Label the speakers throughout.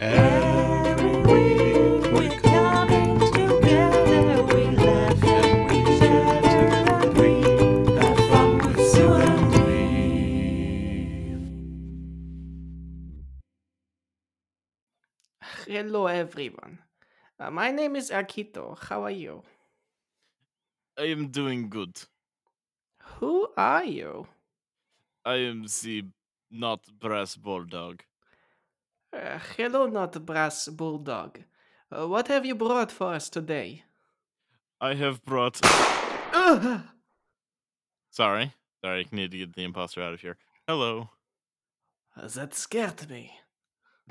Speaker 1: Every week we come together, we laugh and we chatter and we have fun with Sue and me.
Speaker 2: Hello, everyone. Uh, my name is Akito. How are you?
Speaker 3: I am doing good.
Speaker 2: Who are you?
Speaker 3: I am the not brass bulldog.
Speaker 2: Uh, hello, not brass bulldog. Uh, what have you brought for us today?
Speaker 3: I have brought.
Speaker 2: Ugh!
Speaker 3: Sorry, sorry. I need to get the imposter out of here. Hello.
Speaker 2: that scared me.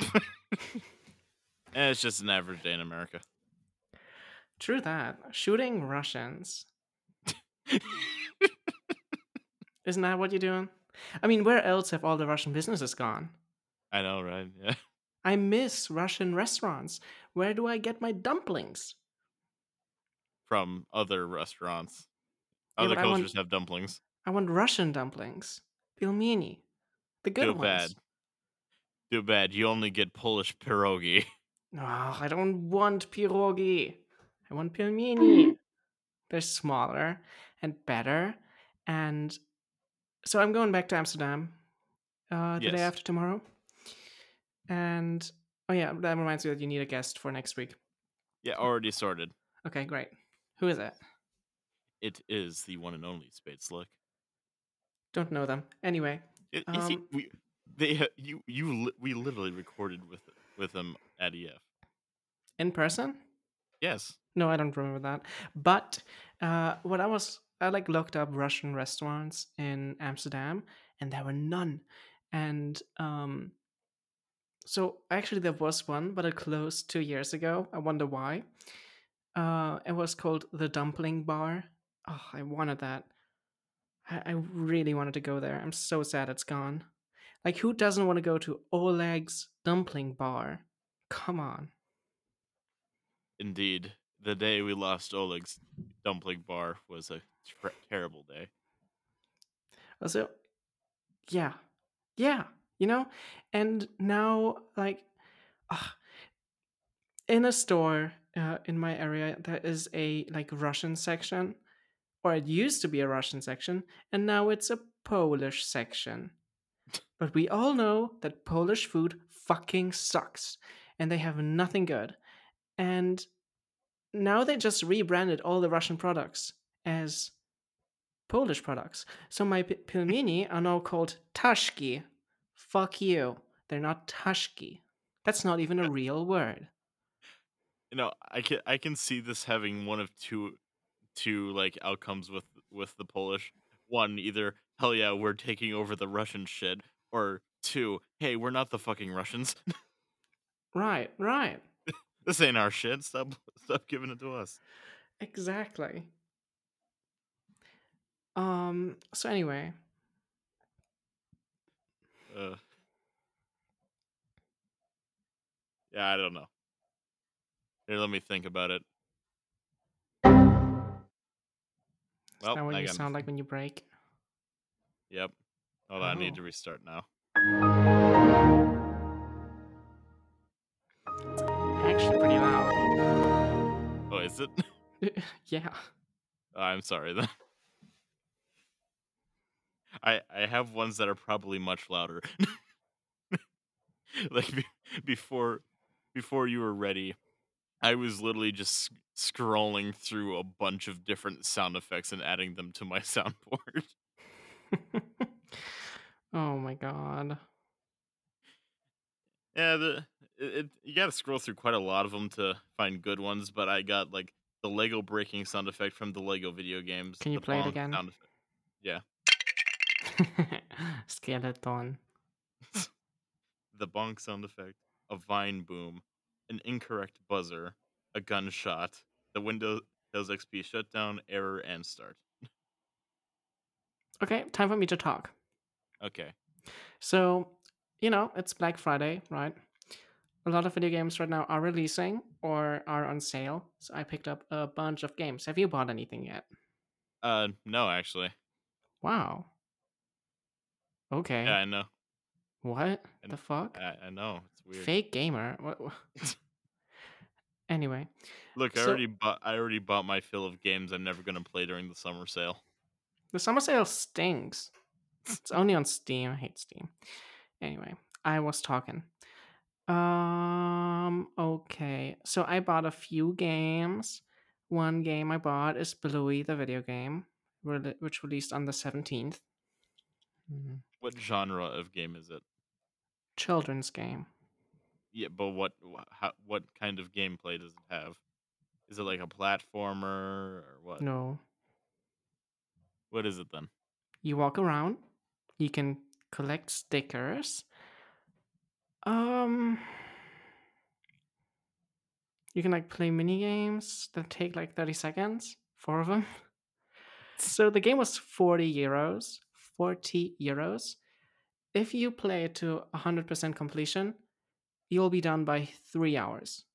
Speaker 3: Eh, it's just an average day in America.
Speaker 2: True that. Shooting Russians. Isn't that what you're doing? I mean, where else have all the Russian businesses gone?
Speaker 3: I know, right? Yeah.
Speaker 2: I miss Russian restaurants. Where do I get my dumplings?
Speaker 3: From other restaurants.
Speaker 2: Yeah,
Speaker 3: Other
Speaker 2: but I want-
Speaker 3: cultures have dumplings.
Speaker 2: I want Russian dumplings. Pilmeni. The good
Speaker 3: Too
Speaker 2: ones.
Speaker 3: bad. Too bad. You only get Polish pierogi.
Speaker 2: No, I don't want pierogi. I want pelmeni. They're smaller and better. And so I'm going back to Amsterdam uh, the day
Speaker 3: Yes.
Speaker 2: after tomorrow. And oh, yeah, that reminds me that you need a guest for next week.
Speaker 3: Yeah, already sorted.
Speaker 2: Okay, great. Who is it?
Speaker 3: It is the one and only Spade Slick.
Speaker 2: Don't know them. Anyway,
Speaker 3: It, is he-
Speaker 2: Um,
Speaker 3: we, they, ha- you, you, li- we literally recorded with with them at EF.
Speaker 2: in person?
Speaker 3: Yes.
Speaker 2: No, I don't remember that. But uh, what I was, I like looked up Russian restaurants in Amsterdam, and there were none. And um, so actually, there was one, but it closed two years ago. I wonder why. Uh, it was called the Dumpling Bar. Oh, I wanted that. I, I really wanted to go there. I'm so sad it's gone. Like, who doesn't want to go to Oleg's Dumpling Bar? Come on.
Speaker 3: Indeed, the day we lost Oleg's dumpling bar was a ter- terrible day.
Speaker 2: Also, "Oh, yeah, yeah, you know, and now like, ah, in a store uh, in my area, there is a like Russian section, or it used to be a Russian section, and now it's a Polish section. But we all know that Polish food fucking sucks, and they have nothing good. And now they just rebranded all the Russian products as Polish products. So my p- pilmeni are now called tashki. Fuck you. They're not tashki. That's not even a real word.
Speaker 3: You know, I can I can see this having one of two two like outcomes with with the Polish. One, either hell yeah, we're taking over the Russian shit, or two, hey, we're not the fucking Russians.
Speaker 2: Right, right.
Speaker 3: this ain't our shit. Stop stop giving it to us.
Speaker 2: Exactly. Um so anyway,
Speaker 3: Uh, yeah, I don't know. Here, let me think about it.
Speaker 2: is
Speaker 3: Oh,
Speaker 2: that what you sound like when you break?
Speaker 3: Yep. Hold on, I need
Speaker 2: Oh.
Speaker 3: to restart now.
Speaker 2: Actually pretty loud.
Speaker 3: Oh, is it?
Speaker 2: yeah.
Speaker 3: Oh, I'm sorry then. I I have ones that are probably much louder. like be- before before you were ready, I was literally just sc- scrolling through a bunch of different sound effects and adding them to my soundboard.
Speaker 2: oh my god.
Speaker 3: Yeah, the it, it, you got to scroll through quite a lot of them to find good ones. But I got like the Lego breaking sound effect from the Lego video games.
Speaker 2: Can you
Speaker 3: the
Speaker 2: play it
Speaker 3: bonk
Speaker 2: again?
Speaker 3: sound effect.
Speaker 2: Skeleton.
Speaker 3: the bonk sound effect, a vine boom, an incorrect buzzer, a gunshot, the Windows XP shutdown, error, and start.
Speaker 2: Okay, time for me to talk.
Speaker 3: Okay.
Speaker 2: So, you know, it's Black Friday, right? A lot of video games right now are releasing or are on sale. So I picked up a bunch of games. Have you bought anything yet?
Speaker 3: Uh, no, actually.
Speaker 2: Wow. Okay.
Speaker 3: Yeah, I know.
Speaker 2: What
Speaker 3: And
Speaker 2: the fuck?
Speaker 3: I, I know. It's Weird.
Speaker 2: Fake gamer. What? what- anyway,
Speaker 3: Look, I
Speaker 2: so-
Speaker 3: already bought. I already bought my fill of games. I'm never gonna play during the summer sale.
Speaker 2: the summer sale stinks. It's only on Steam. I hate Steam. Anyway, I was talking. Um. Okay. So I bought a few games. One game I bought is Bluey, the video game, rele- which released on the seventeenth.
Speaker 3: What genre of game is it?
Speaker 2: Children's game.
Speaker 3: Yeah, but what wha- how, what kind of gameplay does it have? Is it like a platformer or what?
Speaker 2: No,
Speaker 3: What is it then?
Speaker 2: you walk around you can collect stickers um you can like play mini games that take like 30 seconds four of them so the game was 40 euros 40 euros if you play it to 100% completion you'll be done by three hours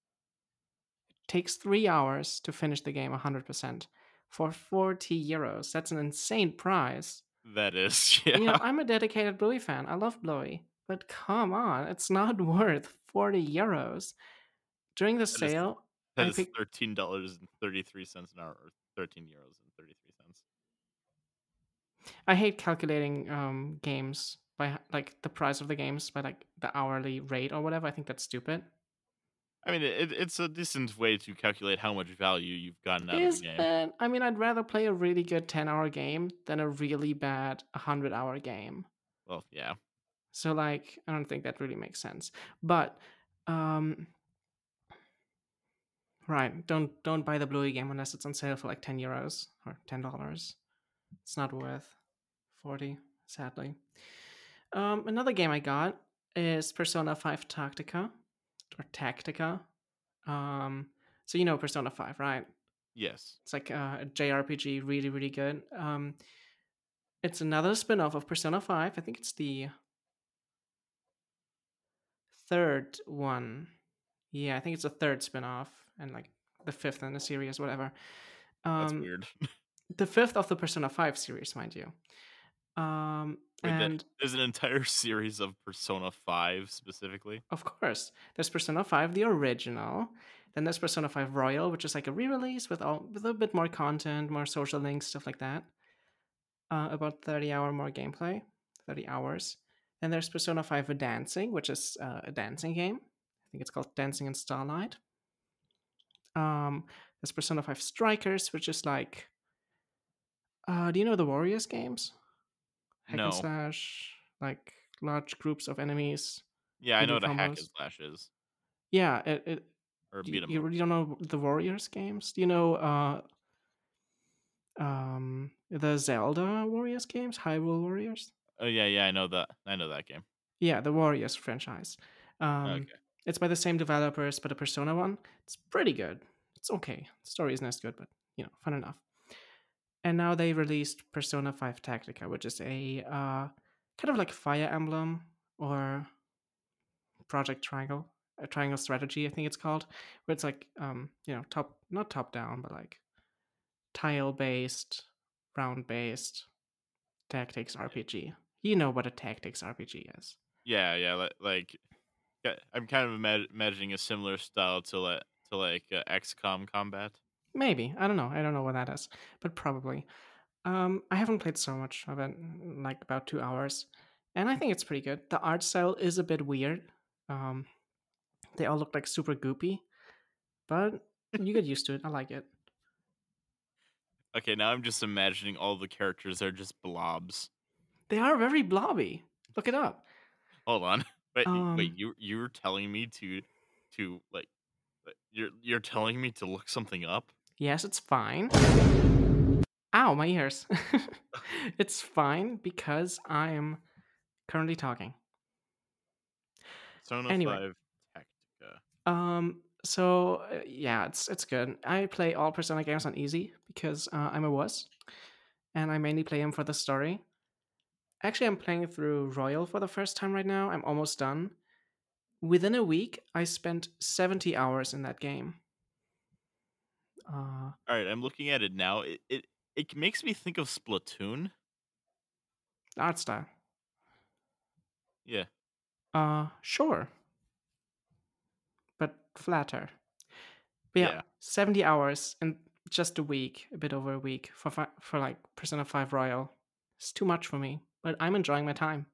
Speaker 2: it takes three hours to finish the game 100% for 40 euros that's an insane price
Speaker 3: That is, yeah.
Speaker 2: you know, I'm a dedicated Bluey fan. I love Bluey. But come on, it's not worth 40 euros. During the
Speaker 3: is-
Speaker 2: sale,
Speaker 3: that
Speaker 2: I
Speaker 3: is
Speaker 2: pick-
Speaker 3: thirteen dollars and thirty three cents an hour, or thirteen euros and thirty three cents.
Speaker 2: I hate calculating um, games by h- like the price of the games by like the hourly rate or whatever. I think that's stupid.
Speaker 3: I mean, it, it's a decent way to calculate how much value you've gotten out
Speaker 2: Is
Speaker 3: of the game.
Speaker 2: that? I mean, I'd rather play a really good 10 hour game than a really bad 100 hour game.
Speaker 3: Well, yeah.
Speaker 2: So like I don't think that really makes sense. But um Right, don't don't buy the Bluey game unless it's on sale for like ten euros or ten dollars. It's not worth forty, sadly. Um another game I got is Persona 5 Tactica or Tactica. Um so you know Persona 5, right?
Speaker 3: Yes.
Speaker 2: It's like uh, a JRPG, really, really good. Um, it's another spin off of Persona 5. I think it's the third one. Yeah, I think it's the third spin off and like the fifth in the series, whatever. Um,
Speaker 3: That's weird.
Speaker 2: The fifth of the Persona 5 series, mind you. Um,
Speaker 3: Wait, that-
Speaker 2: and
Speaker 3: There's an entire series of Persona 5 specifically.
Speaker 2: Of course. There's Persona 5, the original. Then there's Persona 5 Royal, which is like a re-release with all with a bit more content, more social links, stuff like that. Uh, about 30 hour more gameplay, 30 hours. Then there's Persona 5 Dancing, which is uh, a dancing game. I think it's called Dancing in Starlight. Um, there's Persona 5 Strikers, which is like, uh, do you know the Warriors games? Hack
Speaker 3: No.
Speaker 2: and slash, like large groups of enemies
Speaker 3: Yeah, I
Speaker 2: you do
Speaker 3: know what a hack and
Speaker 2: combos.
Speaker 3: slash is.
Speaker 2: yeah, it, it
Speaker 3: Or
Speaker 2: you-
Speaker 3: beat 'em
Speaker 2: you
Speaker 3: up.
Speaker 2: really don't know the Warriors games. Do you know uh um the Zelda Warriors games, Hyrule Warriors?
Speaker 3: Oh yeah, yeah, I know that. I know that game.
Speaker 2: Yeah, the Warriors franchise. Um
Speaker 3: okay.
Speaker 2: it's by the same developers but a Persona one. It's pretty good. It's okay. The story isn't as good, but you know, fun enough. And now they released Persona 5 Tactica, which is a uh kind of like Fire Emblem or Project Triangle, a triangle strategy, I think it's called, where it's like um, you know, top not top down, but like tile based, round based tactics RPG. You know what a tactics RPG is.
Speaker 3: Yeah, yeah, li- like, yeah, I'm kind of ima- imagining a similar style to like to like uh, XCOM combat.
Speaker 2: Maybe. I don't know. I don't know what that is, but probably. Um, I haven't played so much of it, mm, like about two hours, and I think it's pretty good. The art style is a bit weird. Um, they all look like super goopy, but you get used to it. I like it.
Speaker 3: Okay, now I'm just imagining all the characters are just blobs.
Speaker 2: They are very blobby. Look it up.
Speaker 3: Hold on, wait, y- wait,
Speaker 2: Um,
Speaker 3: you you're telling me to to like like, you're you're telling me to look something up?
Speaker 2: Yes, it's fine. Ow, my ears. it's fine because I'm currently talking.
Speaker 3: Persona
Speaker 2: Anyway.
Speaker 3: Five Tactica.
Speaker 2: Um. So uh, yeah, it's it's good. I play all Persona games on easy because uh, I'm a wuss, and I mainly play them for the story. Actually, I'm playing through Royal for the first time right now. I'm almost done. Within a week, I spent seventy hours in that game. Uh,
Speaker 3: All right, I'm looking at it now. It it it makes me think of Splatoon.
Speaker 2: art style.
Speaker 3: Yeah,
Speaker 2: Uh, sure. flatter. But yeah,
Speaker 3: Yeah.
Speaker 2: 70 hours in just a week, a bit over a week for fi- for like Persona 5 Royal. It's too much for me, but I'm enjoying my time.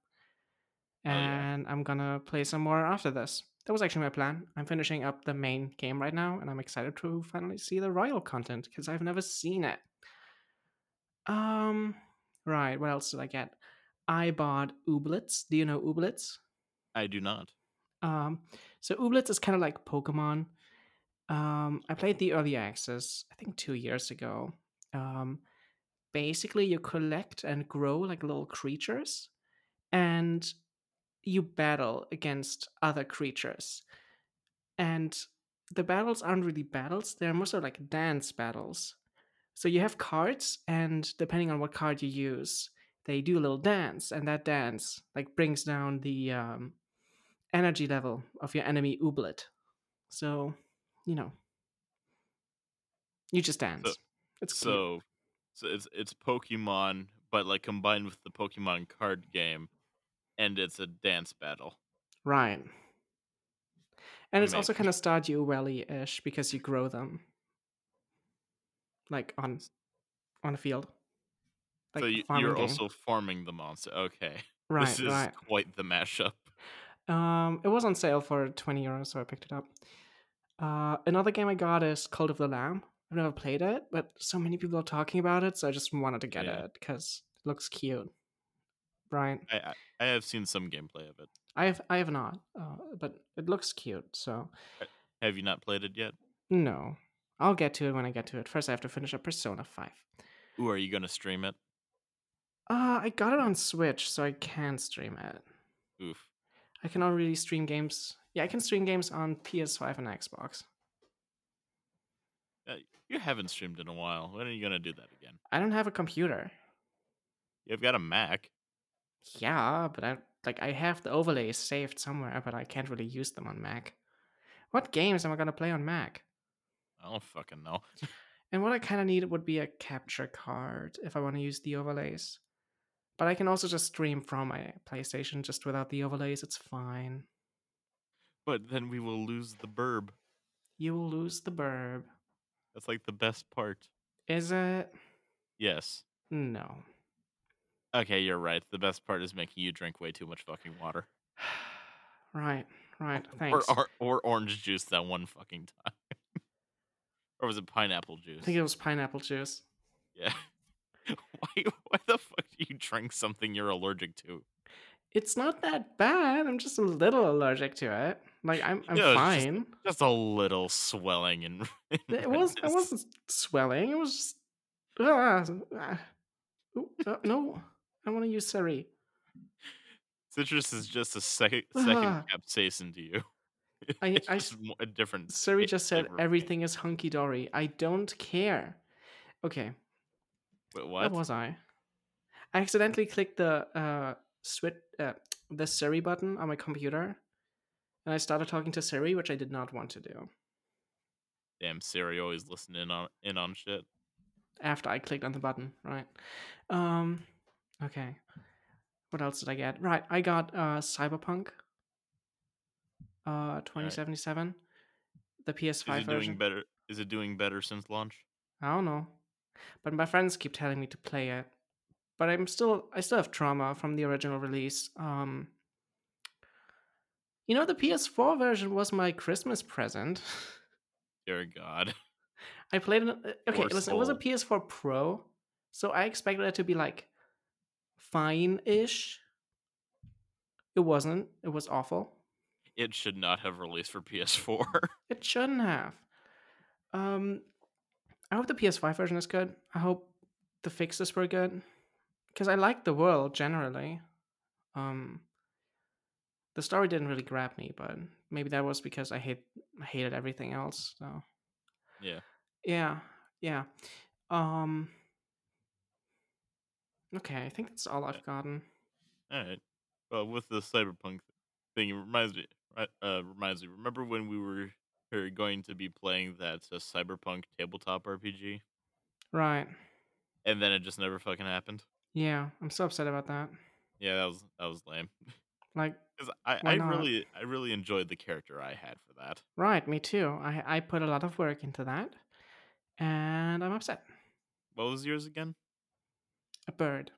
Speaker 3: Oh, yeah.
Speaker 2: And I'm gonna play some more after this. That was actually my plan. I'm finishing up the main game right now, and I'm excited to finally see the Royal content because I've never seen it. Um, right. What else did I get? I bought Ooblets. Do you know Ooblets?
Speaker 3: I do not.
Speaker 2: Um, so Ooblets is kind of like Pokemon. Um, I played the early access, I think two years ago. Um, basically, you collect and grow like little creatures, and you battle against other creatures. And the battles aren't really battles; they're more so like dance battles. So you have cards, and depending on what card you use, they do a little dance, and that dance like brings down the um, energy level of your enemy ooblet. So, you know, you just dance. it's cute.
Speaker 3: So, so it's it's Pokemon, but like combined with the Pokemon card game, and it's a dance battle.
Speaker 2: right. And it's also
Speaker 3: Amazing.
Speaker 2: kind of Stardew Valley-ish because you grow them, like on on a field, like
Speaker 3: so
Speaker 2: a
Speaker 3: you,
Speaker 2: farming
Speaker 3: you're
Speaker 2: game.
Speaker 3: also farming the monster. Okay,
Speaker 2: right,
Speaker 3: this is
Speaker 2: right.
Speaker 3: quite the mashup.
Speaker 2: Um, it was on sale for 20 euros, so I picked it up. Uh, another game I got is Cult of the Lamb. I've never played it, but so many people are talking about it, so I just wanted to get
Speaker 3: Yeah.
Speaker 2: it because it looks cute. Brian,
Speaker 3: I, I I have seen some gameplay of it.
Speaker 2: I have I have not, uh, but it looks cute. So
Speaker 3: Have you not played it yet?
Speaker 2: no, I'll get to it when I get to it. First, I have to finish up Persona Five.
Speaker 3: Ooh, are you gonna stream it?
Speaker 2: Uh, I got it on Switch, so I can stream it.
Speaker 3: Oof.
Speaker 2: I can already stream games. Yeah, I can stream games on PS5 and Xbox.
Speaker 3: You haven't streamed in a while. When are you gonna do that again?
Speaker 2: I don't have a computer.
Speaker 3: You've got a Mac.
Speaker 2: Yeah, but I like I have the overlays saved somewhere, but I can't really use them on Mac. What games am I gonna play on Mac?
Speaker 3: I don't fucking know.
Speaker 2: And what I kind of need would be a capture card if I want to use the overlays. But I can also just stream from my PlayStation just without the overlays. It's fine.
Speaker 3: But then we will lose the burb.
Speaker 2: You will lose the burb.
Speaker 3: That's like the best part.
Speaker 2: Is it?
Speaker 3: Yes.
Speaker 2: No.
Speaker 3: Okay, you're right. The best part is making you drink way too much fucking water.
Speaker 2: right, right.
Speaker 3: Or,
Speaker 2: Thanks.
Speaker 3: or or orange juice that one fucking time. or was it pineapple juice?
Speaker 2: I think it was pineapple juice.
Speaker 3: yeah. why why the fuck do you drink something you're allergic to?
Speaker 2: It's not that bad. I'm just a little allergic to it. Like I'm, I'm
Speaker 3: Yeah, it's just-
Speaker 2: fine.
Speaker 3: Just a little swelling and and
Speaker 2: It was. It
Speaker 3: redness.
Speaker 2: wasn't swelling. It was just. Ah, ah. Ooh, uh, no, I want to use Siri.
Speaker 3: citrus is just a second
Speaker 2: Ah.
Speaker 3: second capsaicin to you.
Speaker 2: I-
Speaker 3: It's
Speaker 2: I
Speaker 3: just mo- a different
Speaker 2: Siri
Speaker 3: taste
Speaker 2: just said
Speaker 3: flavor of pain.
Speaker 2: everything is hunky dory. I don't care. Okay,
Speaker 3: Wait,
Speaker 2: where
Speaker 3: what?
Speaker 2: was I? I accidentally clicked the uh, switch, uh, the Siri button on my computer, and I started talking to Siri, which I did not want to do.
Speaker 3: Damn Siri always listening in on in on shit.
Speaker 2: after I clicked on the button, right? Um, okay. What else did I get? Right, I got uh, Cyberpunk uh, 2077, the PS5
Speaker 3: Is it
Speaker 2: version.
Speaker 3: doing better is it doing better since launch?
Speaker 2: I don't know, but my friends keep telling me to play it. But I'm still, I still have trauma from the original release. Um, you know, the PS4 version was my Christmas present.
Speaker 3: Dear God.
Speaker 2: I played it. uh, Okay,
Speaker 3: Poor
Speaker 2: listen, it was a
Speaker 3: soul.
Speaker 2: PS4 Pro, so I expected it to be like fine ish. It wasn't. It was awful.
Speaker 3: It should not have released for PS4.
Speaker 2: It shouldn't have. Um, I hope the PS5 version is good. I hope the fixes were good because I like the world generally. Um, the story didn't really grab me, but maybe that was because I hate I hated everything else. So
Speaker 3: yeah.
Speaker 2: Yeah, yeah. Um Okay, I think that's all I've gotten.
Speaker 3: All right. Well, with the cyberpunk thing, it reminds me. ri- Uh, reminds me. Remember when we were we were going to be playing that uh, cyberpunk tabletop RPG,
Speaker 2: Right.
Speaker 3: and then it just never fucking happened.
Speaker 2: Yeah, I'm so upset about that.
Speaker 3: Yeah, that was that was lame.
Speaker 2: Like
Speaker 3: because I,
Speaker 2: Why
Speaker 3: I
Speaker 2: not?
Speaker 3: really I really enjoyed the character I had for that.
Speaker 2: Right, me too. I, I put a lot of work into that, and I'm upset.
Speaker 3: What was yours again?
Speaker 2: A bird.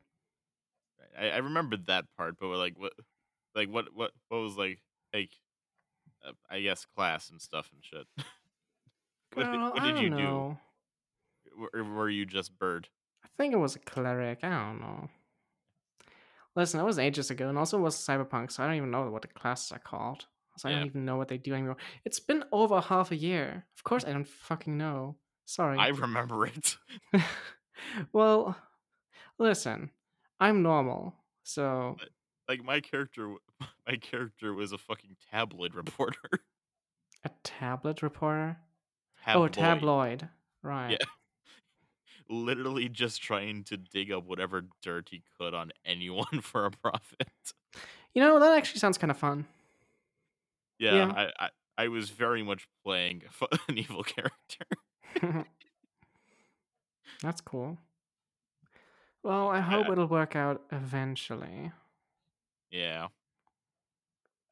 Speaker 3: I, I remembered that part, but like what, like what what what was like like, uh, I guess class and stuff and shit. what, did-
Speaker 2: Well,
Speaker 3: what
Speaker 2: I
Speaker 3: did
Speaker 2: don't
Speaker 3: you
Speaker 2: know.
Speaker 3: do? Or were you just bird?
Speaker 2: I think it was a cleric. I don't know. Listen, that was ages ago, and also it was cyberpunk, so I don't even know what the classes are called. So I
Speaker 3: Yeah.
Speaker 2: don't even know what they do anymore. It's been over half a year. Of course, I don't fucking know. Sorry.
Speaker 3: I remember it.
Speaker 2: well, listen, I'm normal, so
Speaker 3: Like my character, w- my character was a fucking tabloid reporter.
Speaker 2: a tablet reporter. Oh, a tabloid. Right.
Speaker 3: Literally just trying to dig up whatever dirt he could on anyone for a profit.
Speaker 2: You know, that actually sounds kind of fun.
Speaker 3: Yeah,
Speaker 2: Yeah.
Speaker 3: I, I I was very much playing a fu- an evil character.
Speaker 2: That's cool. Well, I uh hope it'll work out eventually.
Speaker 3: Yeah.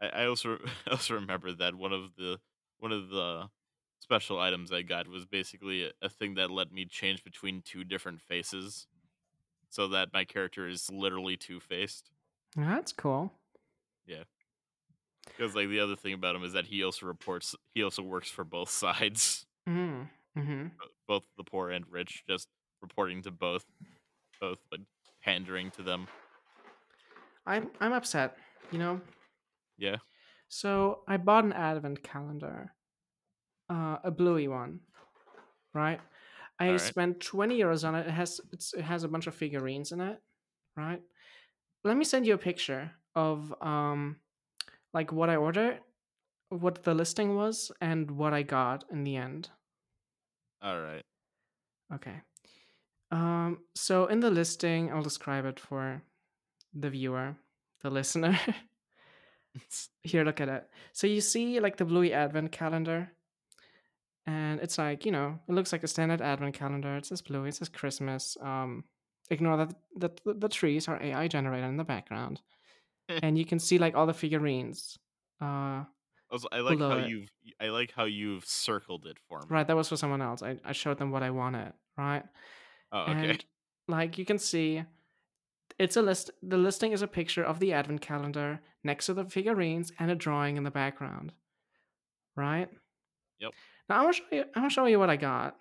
Speaker 3: I, I also I also remember that one of the one of the special items I got was basically a, a thing that let me change between two different faces, so that my character is literally two faced.
Speaker 2: That's cool.
Speaker 3: Because like the other thing about him is that he also reports he also works for both sides,
Speaker 2: Mm. hmm
Speaker 3: both the poor and rich, just reporting to both, both but pandering to them.
Speaker 2: I'm I'm upset. You know.
Speaker 3: Yeah.
Speaker 2: So I bought an advent calendar, uh, a bluey one, right? I
Speaker 3: Alright.
Speaker 2: spent twenty euros on it. It has it's, it has a bunch of figurines in it, right? Let me send you a picture of um, like what I ordered, what the listing was, and what I got in the end.
Speaker 3: All right.
Speaker 2: Okay. Um, so in the listing, I'll describe it for the viewer, the listener. Here, look at it. So you see like the bluey advent calendar. And it's like, you know, it looks like a standard advent calendar. It says bluey, it says Christmas. Um, ignore that that the, the trees are AI generated in the background. and you can see like all the figurines. Uh,
Speaker 3: Also, I like how
Speaker 2: Below it.
Speaker 3: you've I like how you've circled it for me.
Speaker 2: right, that was for someone else. I, I showed them what I wanted, right?
Speaker 3: Oh, okay.
Speaker 2: And like you can see, it's a list. The listing is a picture of the advent calendar next to the figurines and a drawing in the background. Right.
Speaker 3: Yep.
Speaker 2: Now I'm gonna show you. I'm gonna show you what I got.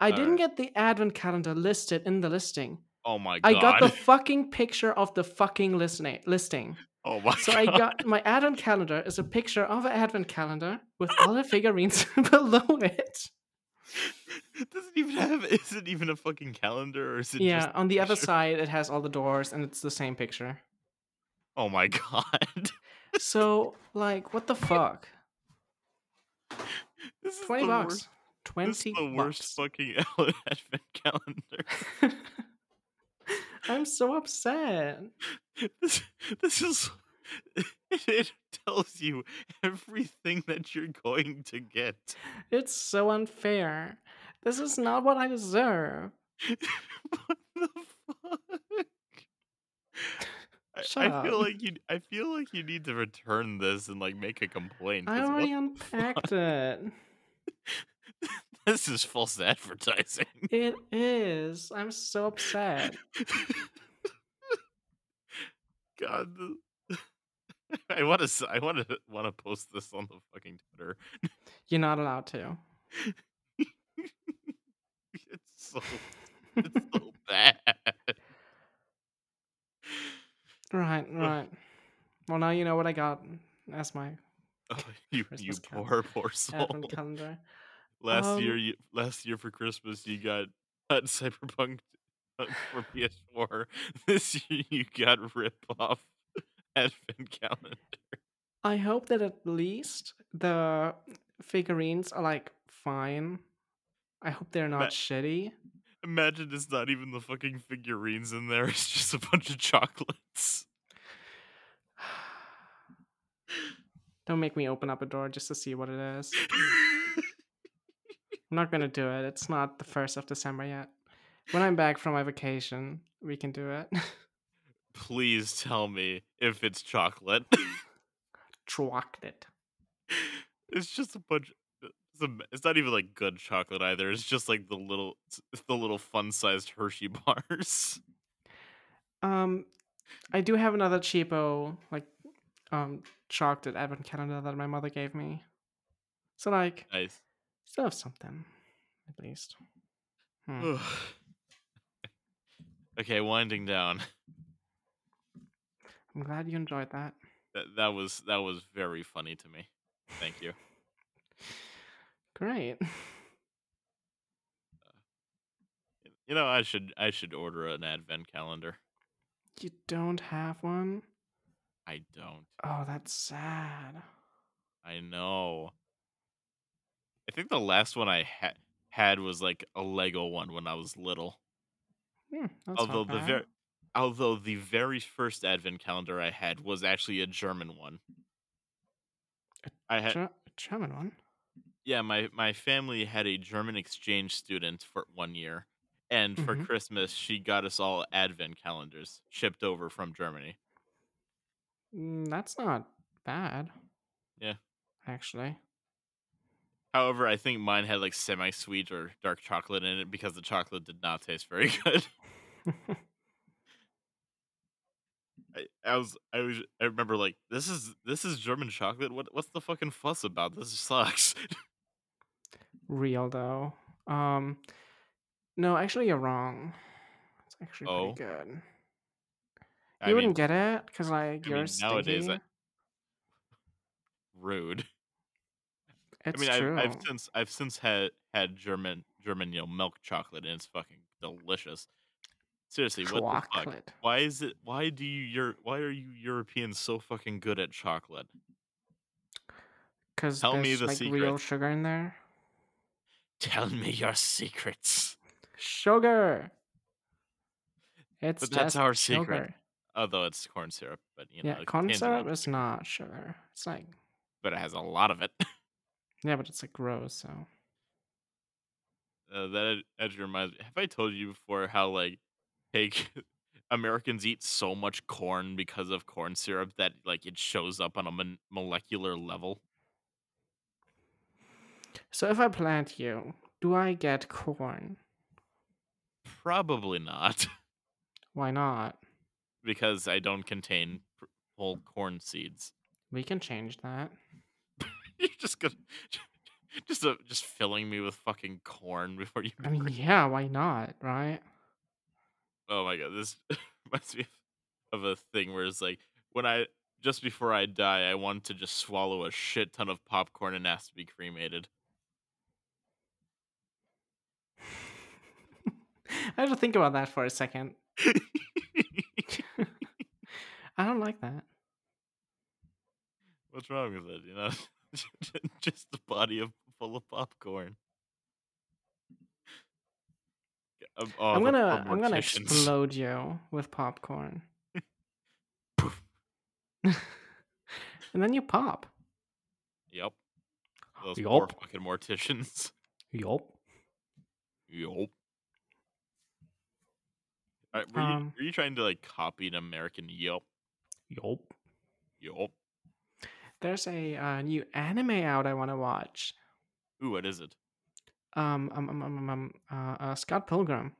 Speaker 2: I
Speaker 3: All
Speaker 2: didn't get the advent calendar listed in the listing.
Speaker 3: Oh my
Speaker 2: I got
Speaker 3: god.
Speaker 2: the fucking picture of the fucking listing. Listing.
Speaker 3: oh my
Speaker 2: So I
Speaker 3: god.
Speaker 2: got my advent calendar is a picture of an advent calendar with all the figurines below it.
Speaker 3: Doesn't even have is it even a fucking calendar or is it
Speaker 2: Yeah,
Speaker 3: just
Speaker 2: on the other
Speaker 3: picture?
Speaker 2: side it has all the doors and it's the same picture.
Speaker 3: Oh my god.
Speaker 2: So, like, what the fuck?
Speaker 3: This is
Speaker 2: Twenty
Speaker 3: the
Speaker 2: bucks.
Speaker 3: Worst,
Speaker 2: Twenty
Speaker 3: this is the worst
Speaker 2: bucks.
Speaker 3: fucking advent calendar.
Speaker 2: I'm so upset.
Speaker 3: This this is it tells you everything that you're going to get.
Speaker 2: It's so unfair. This is not what I deserve.
Speaker 3: what the fuck? I-
Speaker 2: Shut
Speaker 3: I feel
Speaker 2: up.
Speaker 3: like you. I feel like you need to return this and like make a complaint.
Speaker 2: I e
Speaker 3: 'cause what-
Speaker 2: already unpacked it.
Speaker 3: this is false advertising.
Speaker 2: It is. I'm so upset.
Speaker 3: God, th- I want to. I want to. Want to post this on the fucking Twitter.
Speaker 2: You're not allowed to.
Speaker 3: It's so. It's so bad.
Speaker 2: right, right. Well, now you know what I got as my
Speaker 3: Oh, you, you
Speaker 2: Christmas cal-
Speaker 3: poor, poor soul.
Speaker 2: advent calendar.
Speaker 3: Last year,
Speaker 2: Um,
Speaker 3: you last year for Christmas, you got, got Cyberpunk uh, for PS4. This year, you got rip off Advent calendar.
Speaker 2: I hope that at least the figurines are like fine. I hope they're not
Speaker 3: But-
Speaker 2: shitty.
Speaker 3: Imagine it's not even the fucking figurines in there. It's just a bunch of chocolates.
Speaker 2: Don't make me open up a door just to see what it is. I'm not gonna do it. It's not the first of December yet. When I'm back from my vacation, we can do it.
Speaker 3: please tell me if it's chocolate.
Speaker 2: Chocolate.
Speaker 3: it's just a bunch. It's, a- it's not even like good chocolate either. It's just like the little, it's the little fun-sized Hershey bars.
Speaker 2: Um, I do have another cheapo like um chocolate advent calendar that my mother gave me. So like,
Speaker 3: Nice.
Speaker 2: still have something, at least. Hmm.
Speaker 3: okay, winding down.
Speaker 2: I'm glad you enjoyed that.
Speaker 3: That that was that was very funny to me. Thank you.
Speaker 2: Great.
Speaker 3: You know, I should I should order an advent calendar.
Speaker 2: You don't have one?
Speaker 3: I don't.
Speaker 2: Oh, that's sad.
Speaker 3: I know. I think the last one I ha- had was like a Lego one when I was little.
Speaker 2: Hmm, that's
Speaker 3: although
Speaker 2: not
Speaker 3: the
Speaker 2: bad.
Speaker 3: very although the very first advent calendar I had was actually a German one. I had
Speaker 2: Ger- German one.
Speaker 3: yeah, my my family had a German exchange student for one year, and for
Speaker 2: Mhm.
Speaker 3: Christmas she got us all advent calendars shipped over from Germany.
Speaker 2: Mm, That's not bad.
Speaker 3: Yeah.
Speaker 2: Actually.
Speaker 3: However, I think mine had like semi-sweet or dark chocolate in it because the chocolate did not taste very good. I, I was I was I remember like this is this is German chocolate. What what's the fucking fuss about? This sucks.
Speaker 2: Real though. Um no, actually you're wrong. It's actually
Speaker 3: Oh.
Speaker 2: pretty good. You
Speaker 3: I mean,
Speaker 2: wouldn't get it because like
Speaker 3: I
Speaker 2: you're
Speaker 3: mean, nowadays, I-
Speaker 2: stinky.
Speaker 3: rude. I
Speaker 2: It's
Speaker 3: mean, I've,
Speaker 2: true.
Speaker 3: I've since I've since had had German German you know, milk chocolate, and it's fucking delicious. Seriously, what the fuck?
Speaker 2: chocolate.
Speaker 3: Why is it? Why do you? Your why are you Europeans so fucking good at chocolate?
Speaker 2: Because
Speaker 3: Tell
Speaker 2: there's
Speaker 3: me the
Speaker 2: like
Speaker 3: secret.
Speaker 2: real sugar in there.
Speaker 3: Tell me your secrets.
Speaker 2: Sugar. It's
Speaker 3: But that's
Speaker 2: just
Speaker 3: our
Speaker 2: sugar.
Speaker 3: secret. Although it's corn syrup, but you know,
Speaker 2: Yeah,
Speaker 3: it
Speaker 2: corn
Speaker 3: contains it
Speaker 2: syrup
Speaker 3: all,
Speaker 2: is not sugar. It's like
Speaker 3: but it has a lot of it.
Speaker 2: yeah, but it's like gross. So
Speaker 3: Uh, that actually reminds me. Have I told you before how like take Americans eat so much corn because of corn syrup that like it shows up on a mon- molecular level?
Speaker 2: so if I plant you, do I get corn?
Speaker 3: Probably not,
Speaker 2: Why not?
Speaker 3: because I don't contain pr- whole corn seeds.
Speaker 2: We can change that.
Speaker 3: You're just gonna just uh, just filling me with fucking corn before you.
Speaker 2: I mean, yeah, why not, right?
Speaker 3: Oh my god, this reminds me of a thing where it's like when I just before I die, I want to just swallow a shit ton of popcorn and ask to be cremated.
Speaker 2: I had to think about that for a second. I don't like that.
Speaker 3: What's wrong with it? You know, just the body of full of popcorn. Yeah, um, oh,
Speaker 2: I'm
Speaker 3: the
Speaker 2: gonna I'm gonna
Speaker 3: morticians.
Speaker 2: explode you with popcorn.
Speaker 3: Poof.
Speaker 2: and then you pop.
Speaker 3: Yep, those poor
Speaker 2: Yup.
Speaker 3: fucking morticians.
Speaker 2: Yup.
Speaker 3: Yep. All right, Uh, were,
Speaker 2: Um,
Speaker 3: you, were you trying to like copy an American yelp?
Speaker 2: Yup.
Speaker 3: Yelp.
Speaker 2: There's a uh, new anime out I want to watch.
Speaker 3: Ooh, what is it?
Speaker 2: Um, um, um, um, um, um uh, uh, Scott Pilgrim.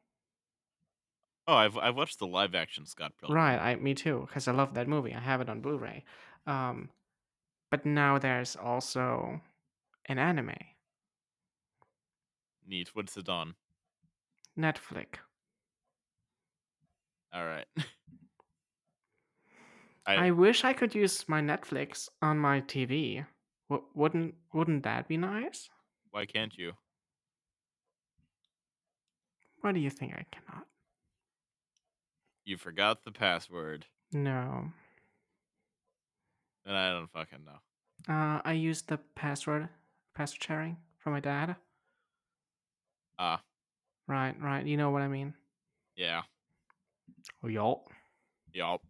Speaker 3: Oh, I've I've watched the live action Scott Pilgrim.
Speaker 2: Right, I me too, because I love that movie. I have it on Blu-ray. Um, but now there's also an anime
Speaker 3: Neat. What's it on?
Speaker 2: Netflix.
Speaker 3: All right.
Speaker 2: I,
Speaker 3: I-
Speaker 2: wish I could use my Netflix on my TV. W- wouldn't wouldn't that be nice?
Speaker 3: Why can't you?
Speaker 2: Why do you think I cannot?
Speaker 3: You forgot the password,
Speaker 2: No.
Speaker 3: and I don't fucking know.
Speaker 2: Uh, I used the password password sharing from my dad.
Speaker 3: Ah.
Speaker 2: Right, right. You know what I mean.
Speaker 3: Yeah.
Speaker 2: Oh, y'all.
Speaker 3: Yelp.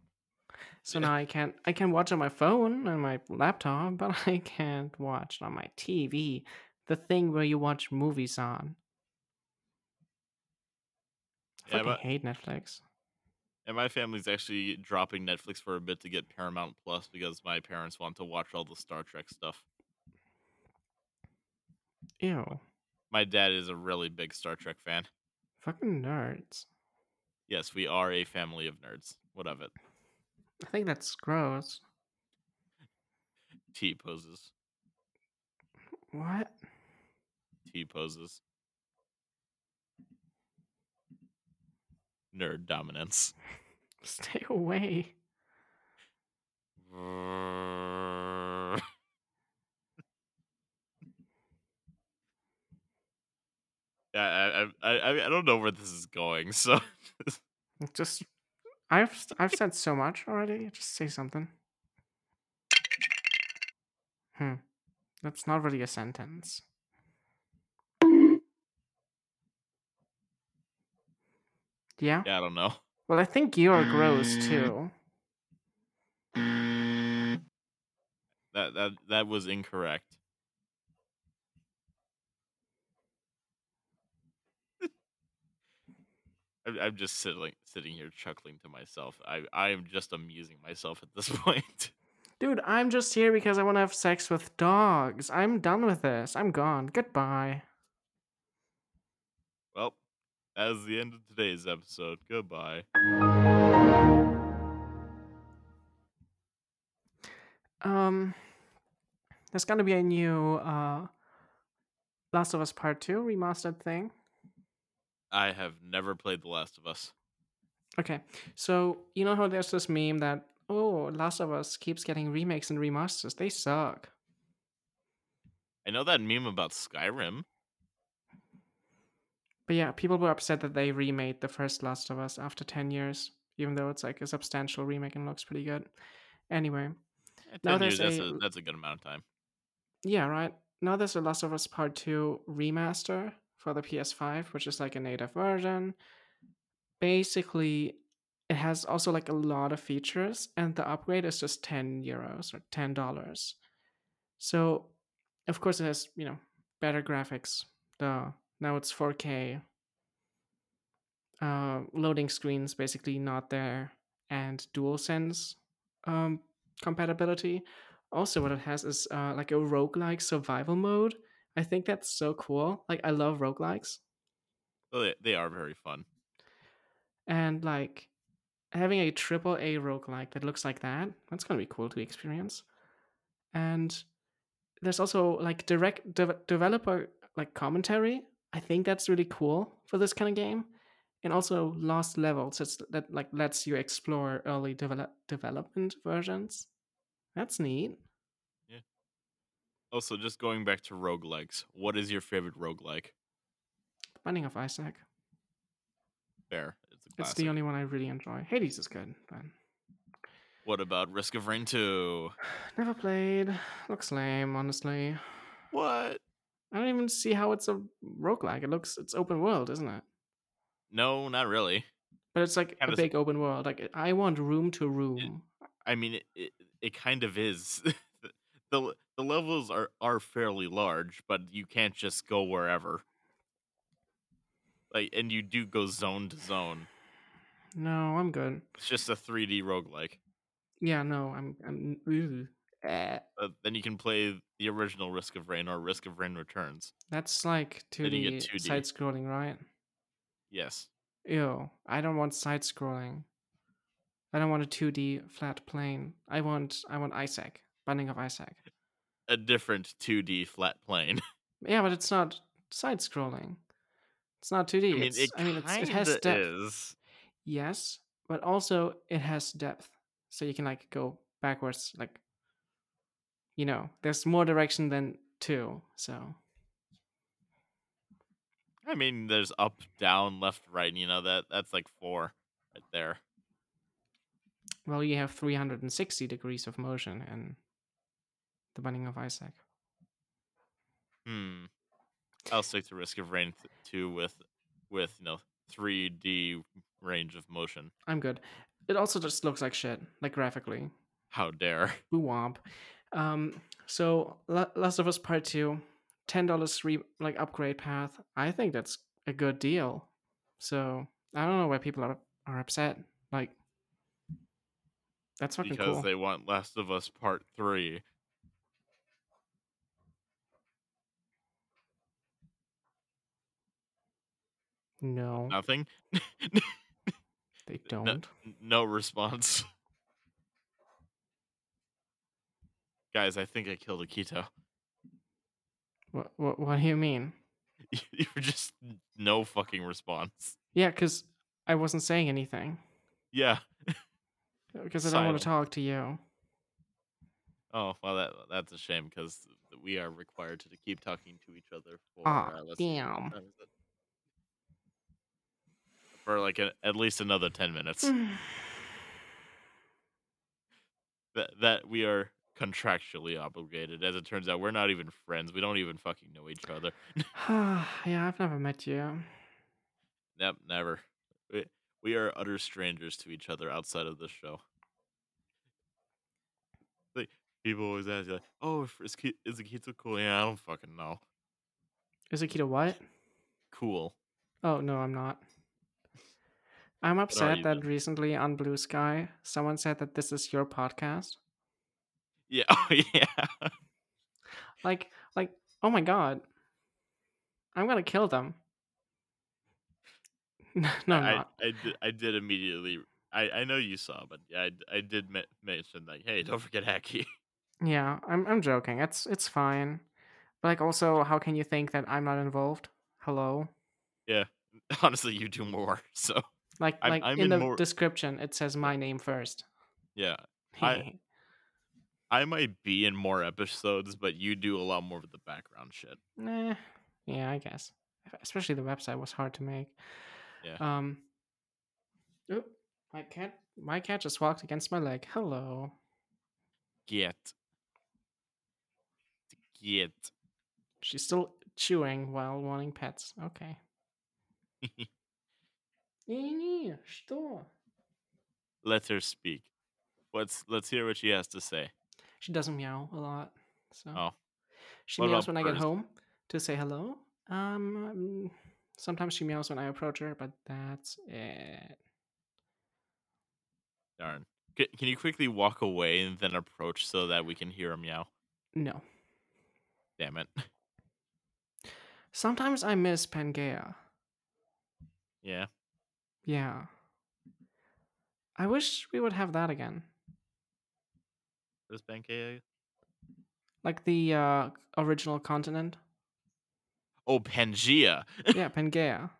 Speaker 2: So
Speaker 3: Yeah.
Speaker 2: now I can I can watch on my phone and my laptop, but I can't watch on my TV. The thing where you watch movies on. I
Speaker 3: Yeah,
Speaker 2: fucking
Speaker 3: but-
Speaker 2: hate Netflix.
Speaker 3: And my family's actually dropping Netflix for a bit to get Paramount Plus because my parents want to watch all the Star Trek stuff.
Speaker 2: Ew.
Speaker 3: My dad is a really big Star Trek fan.
Speaker 2: Fucking nerds.
Speaker 3: Yes, we are a family of nerds. What of it?
Speaker 2: I think that's gross.
Speaker 3: T poses.
Speaker 2: What?
Speaker 3: T poses. Nerd dominance.
Speaker 2: Stay away.
Speaker 3: That's Yeah, I, I, I, I don't know where this is going. So,
Speaker 2: Just I've s- I've said so much already. Just say something. Hmm. That's not really a sentence. Yeah.
Speaker 3: yeah, I don't know.
Speaker 2: Well, I think you are gross too.
Speaker 3: That that that was incorrect. I'm, I'm just sitting sitting here chuckling to myself. I I am just amusing myself at this point.
Speaker 2: Dude, I'm just here because I want to have sex with dogs. I'm done with this. I'm gone. Goodbye.
Speaker 3: Well, that is the end of today's episode. Goodbye.
Speaker 2: Um, there's gonna be a new uh, Last of Us Part Two remastered thing.
Speaker 3: I have never played The Last of Us.
Speaker 2: Okay, so you know how there's this meme that oh, Last of Us keeps getting remakes and remasters. They suck.
Speaker 3: I know that meme about Skyrim.
Speaker 2: But yeah, people were upset that they remade the first Last of Us after ten years, even though it's like a substantial remake and looks pretty good. Anyway,
Speaker 3: Eh,
Speaker 2: No,
Speaker 3: Ten years,
Speaker 2: there's
Speaker 3: that's
Speaker 2: a-
Speaker 3: a that's a good amount of time.
Speaker 2: yeah, right. Now there's a Last of Us Part 2 remaster for the PS5, which is like a native version. Basically, it has also like a lot of features, and the upgrade is just 10 euros or $10. So, of course, it has, you know, better graphics. Duh. Now it's 4K. Uh, loading screens basically not there, and DualSense um, compatibility also what it has is uh, like a roguelike survival mode i think that's so cool like i love roguelikes
Speaker 3: Well, they, they are very fun.
Speaker 2: and like having a triple a roguelike that looks like that that's going to be cool to experience and there's also like direct de- developer like commentary i think that's really cool for this kind of game and also lost levels it's that like lets you explore early develop development versions that's neat
Speaker 3: Also, just going back to roguelikes, what is your favorite roguelike?
Speaker 2: binding of isaac
Speaker 3: Fair. It's a
Speaker 2: It's
Speaker 3: classic.
Speaker 2: the only one I really enjoy. Hades is good, but
Speaker 3: What about Risk of Rain 2?
Speaker 2: never played. Looks lame, honestly.
Speaker 3: What?
Speaker 2: I don't even see how it's a roguelike. It looks it's open world, isn't it?
Speaker 3: No, not really.
Speaker 2: But it's like
Speaker 3: Kinda
Speaker 2: a
Speaker 3: s-
Speaker 2: big open world. Like I want room to room.
Speaker 3: I mean, it it, it kind of is. the The levels are are fairly large, but you can't just go wherever. Like, and you do go zone to zone.
Speaker 2: No, I'm good.
Speaker 3: It's just a 3D roguelike.
Speaker 2: Yeah, no, I'm I'm ooh. Eh.
Speaker 3: Uh, then you can play the original Risk of Rain or Risk of Rain Returns.
Speaker 2: That's like
Speaker 3: you
Speaker 2: 2D,
Speaker 3: get 2D.
Speaker 2: side scrolling, right?
Speaker 3: Yes.
Speaker 2: Ew. I don't want side scrolling. I don't want a 2D flat plane. I want I want Isaac. Binding of Isaac.
Speaker 3: A different 2D flat plane.
Speaker 2: Yeah, but it's not side scrolling. It's not 2D.
Speaker 3: I mean,
Speaker 2: it's,
Speaker 3: it
Speaker 2: I mean it's, it has
Speaker 3: kinda
Speaker 2: depth.
Speaker 3: is.
Speaker 2: Yes, but also it has depth. So you can like go backwards like you know, there's more direction than two. So,
Speaker 3: I mean, there's up, down, left, right. You know that that's like four right there.
Speaker 2: well, you have 360 degrees of motion in The Binding of Isaac.
Speaker 3: Hmm. I'll stick to Risk of Rain th- two with with you know 3D range of motion.
Speaker 2: I'm good. It also just looks like shit, like graphically.
Speaker 3: How dare?
Speaker 2: Boo womp. Um, so La- Last of Us Part Two, ten dollars re- like upgrade path. I think that's a good deal. So I don't know why people are are upset. Like, that's fucking
Speaker 3: because
Speaker 2: cool.
Speaker 3: they want Last of Us Part Three.
Speaker 2: no,
Speaker 3: Nothing.
Speaker 2: they don't.
Speaker 3: no response. Guys, I think I killed Akito.
Speaker 2: What, what, what do you mean?
Speaker 3: You were just no fucking response.
Speaker 2: Yeah, because I wasn't saying anything.
Speaker 3: Yeah.
Speaker 2: Because I don't want
Speaker 3: Silent.
Speaker 2: to talk to you.
Speaker 3: Oh well, that that's a shame because we are required to keep talking to each other for
Speaker 2: Aw,
Speaker 3: uh, let's see,
Speaker 2: Ah,
Speaker 3: what
Speaker 2: damn.
Speaker 3: time is it? for like a, at least another ten minutes.
Speaker 2: Mm-hmm.
Speaker 3: that that we are contractually obligated. As it turns out, we're not even friends. We don't even fucking know each other.
Speaker 2: yeah, I've never met you.
Speaker 3: Nope, never. We, we are utter strangers to each other outside of this show. Like people always ask, like, "Oh, if- is Ki- is Akito cool?" Yeah, I don't fucking know.
Speaker 2: Is Akita what?
Speaker 3: Cool.
Speaker 2: Oh no, I'm not. I'm upset
Speaker 3: you
Speaker 2: that
Speaker 3: then?
Speaker 2: recently on Blue Sky, someone said that this is your podcast.
Speaker 3: Yeah. Oh, yeah.
Speaker 2: Like, like, oh my god, I'm gonna kill them. no, no, I'm
Speaker 3: I,
Speaker 2: not.
Speaker 3: I, did, I did immediately. I, I know you saw, but yeah, I, d- I did me- mention like, hey, don't forget Hacky.
Speaker 2: Yeah, I'm, I'm joking. It's, it's fine. But like, also, how can you think that I'm not involved? Hello.
Speaker 3: Honestly, you do more. So
Speaker 2: Like,
Speaker 3: I'm-
Speaker 2: like
Speaker 3: I'm
Speaker 2: in
Speaker 3: in
Speaker 2: the
Speaker 3: more-
Speaker 2: description, it says my name first.
Speaker 3: yeah, I- I might be in more episodes, but you do a lot more of the background shit.
Speaker 2: Nah. Eh, Yeah, I guess. Especially the website was hard to make.
Speaker 3: Yeah.
Speaker 2: Um. oop, my cat. My cat just walked against my leg. Hello.
Speaker 3: Get, get.
Speaker 2: She's still chewing while wanting pets. Okay. Не-не, что?
Speaker 3: Let her speak. Let's let's hear what she has to say.
Speaker 2: She doesn't meow a lot. So.
Speaker 3: Oh.
Speaker 2: She
Speaker 3: What
Speaker 2: meows
Speaker 3: about
Speaker 2: when I get
Speaker 3: birds?
Speaker 2: home to say hello. Um. mm, Sometimes she meows when I approach her, but that's it.
Speaker 3: Darn. C- can you quickly walk away and then approach so that we can hear a meow?
Speaker 2: No.
Speaker 3: Damn it.
Speaker 2: Sometimes I miss Pangea.
Speaker 3: Yeah.
Speaker 2: Yeah. I wish we would have that again.
Speaker 3: This Pankea.
Speaker 2: Like the uh, original continent.
Speaker 3: Oh, Pangea.
Speaker 2: Yeah, Pangea.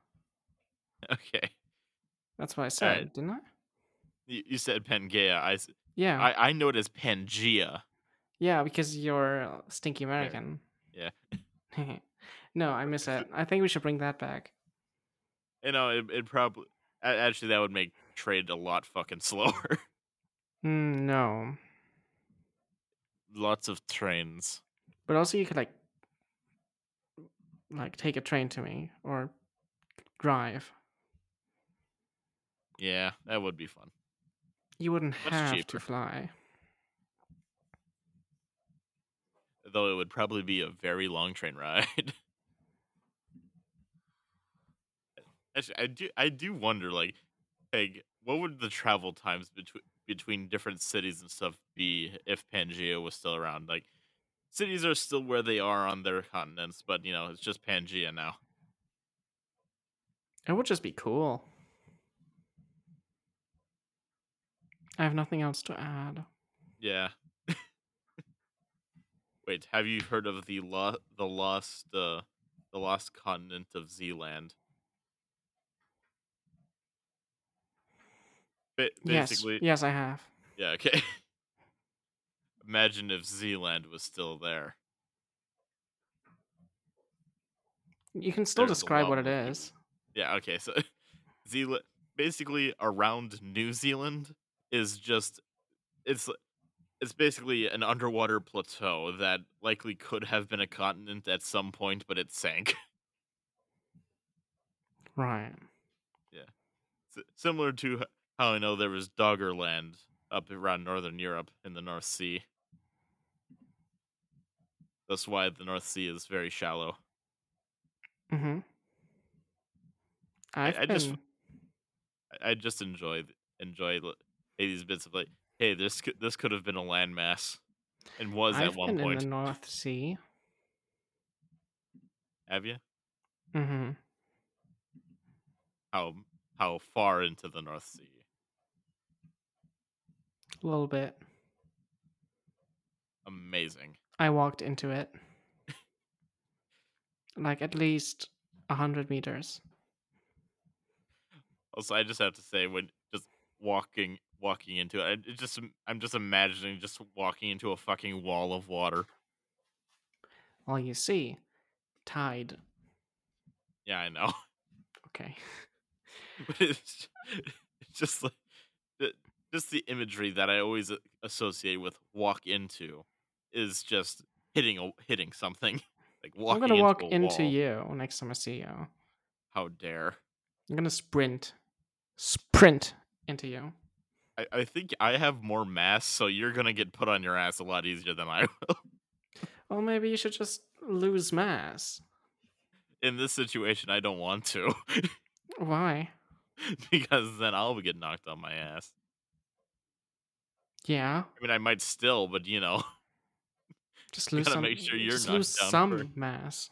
Speaker 3: okay.
Speaker 2: That's what I said, didn't I?
Speaker 3: You, you said Pangea. I, s-
Speaker 2: Yeah.
Speaker 3: I I know it as Pangea.
Speaker 2: yeah, because you're uh, stinky American.
Speaker 3: Yeah.
Speaker 2: no, I miss it. I think we should bring that back.
Speaker 3: You know, it, it probably actually that would make trade a lot fucking slower.
Speaker 2: Mm, no.
Speaker 3: Lots of trains.
Speaker 2: But also you could like like take a train to me or drive.
Speaker 3: Yeah, that would be fun.
Speaker 2: You wouldn't
Speaker 3: That's
Speaker 2: have to
Speaker 3: cheaper.
Speaker 2: fly.
Speaker 3: Though it would probably be a very long train ride. actually, I do I do wonder like, like what would the travel times between between different cities and stuff be if Pangea was still around? Like, cities are still where they are on their continents, but you know it's just Pangea now.
Speaker 2: It would just be cool. I have nothing else to add.
Speaker 3: Yeah. Wait, have you heard of the lo- the lost uh, the lost continent of Zealand? Ba- basically,
Speaker 2: Yes. Yes, I have.
Speaker 3: yeah. Okay. Imagine if Zealand was still there.
Speaker 2: You can still
Speaker 3: There's a
Speaker 2: describe
Speaker 3: lot
Speaker 2: what it
Speaker 3: more people.
Speaker 2: is.
Speaker 3: Yeah. Okay. So, Zealand basically around New Zealand is just it's it's basically an underwater plateau that likely could have been a continent at some point, but it sank.
Speaker 2: Right.
Speaker 3: S- similar to h- how I know there was Doggerland up around northern Europe in the North Sea. That's why the North Sea is very shallow.
Speaker 2: Mm-hmm. I've
Speaker 3: I
Speaker 2: been
Speaker 3: just- I- I just enjoy th- enjoy li- these bits of like, hey, this could, this could have been a landmass, and was
Speaker 2: I've
Speaker 3: at one
Speaker 2: been
Speaker 3: point.
Speaker 2: in the North Sea.
Speaker 3: Have you?
Speaker 2: hmm
Speaker 3: How how far into the North Sea?
Speaker 2: A little bit.
Speaker 3: Amazing.
Speaker 2: I walked into it. like at least a hundred meters.
Speaker 3: Also, I just have to say, when just walking walking into it, I- it just I'm just imagining just walking into a fucking wall of water.
Speaker 2: Well, you see, tide.
Speaker 3: Yeah, I know.
Speaker 2: Okay.
Speaker 3: but it's it's just like the- just the imagery that I always a- associate with walk into is just hitting a hitting something like walking.
Speaker 2: I'm gonna walk
Speaker 3: into, a
Speaker 2: into
Speaker 3: wall.
Speaker 2: you next time I see you. I'm
Speaker 3: How dare!
Speaker 2: gonna sprint, sprint into you.
Speaker 3: I, I think I have more mass, so you're gonna get put on your ass a lot easier than I will.
Speaker 2: Well, maybe you should just lose mass.
Speaker 3: In this situation, I don't want to
Speaker 2: Why?
Speaker 3: because then I'll get knocked on my ass.
Speaker 2: Yeah,
Speaker 3: I mean, I might still, but you know,
Speaker 2: just
Speaker 3: You
Speaker 2: lose
Speaker 3: gotta
Speaker 2: some.
Speaker 3: make sure you're
Speaker 2: just
Speaker 3: knocked
Speaker 2: lose
Speaker 3: down
Speaker 2: some
Speaker 3: first.
Speaker 2: mass.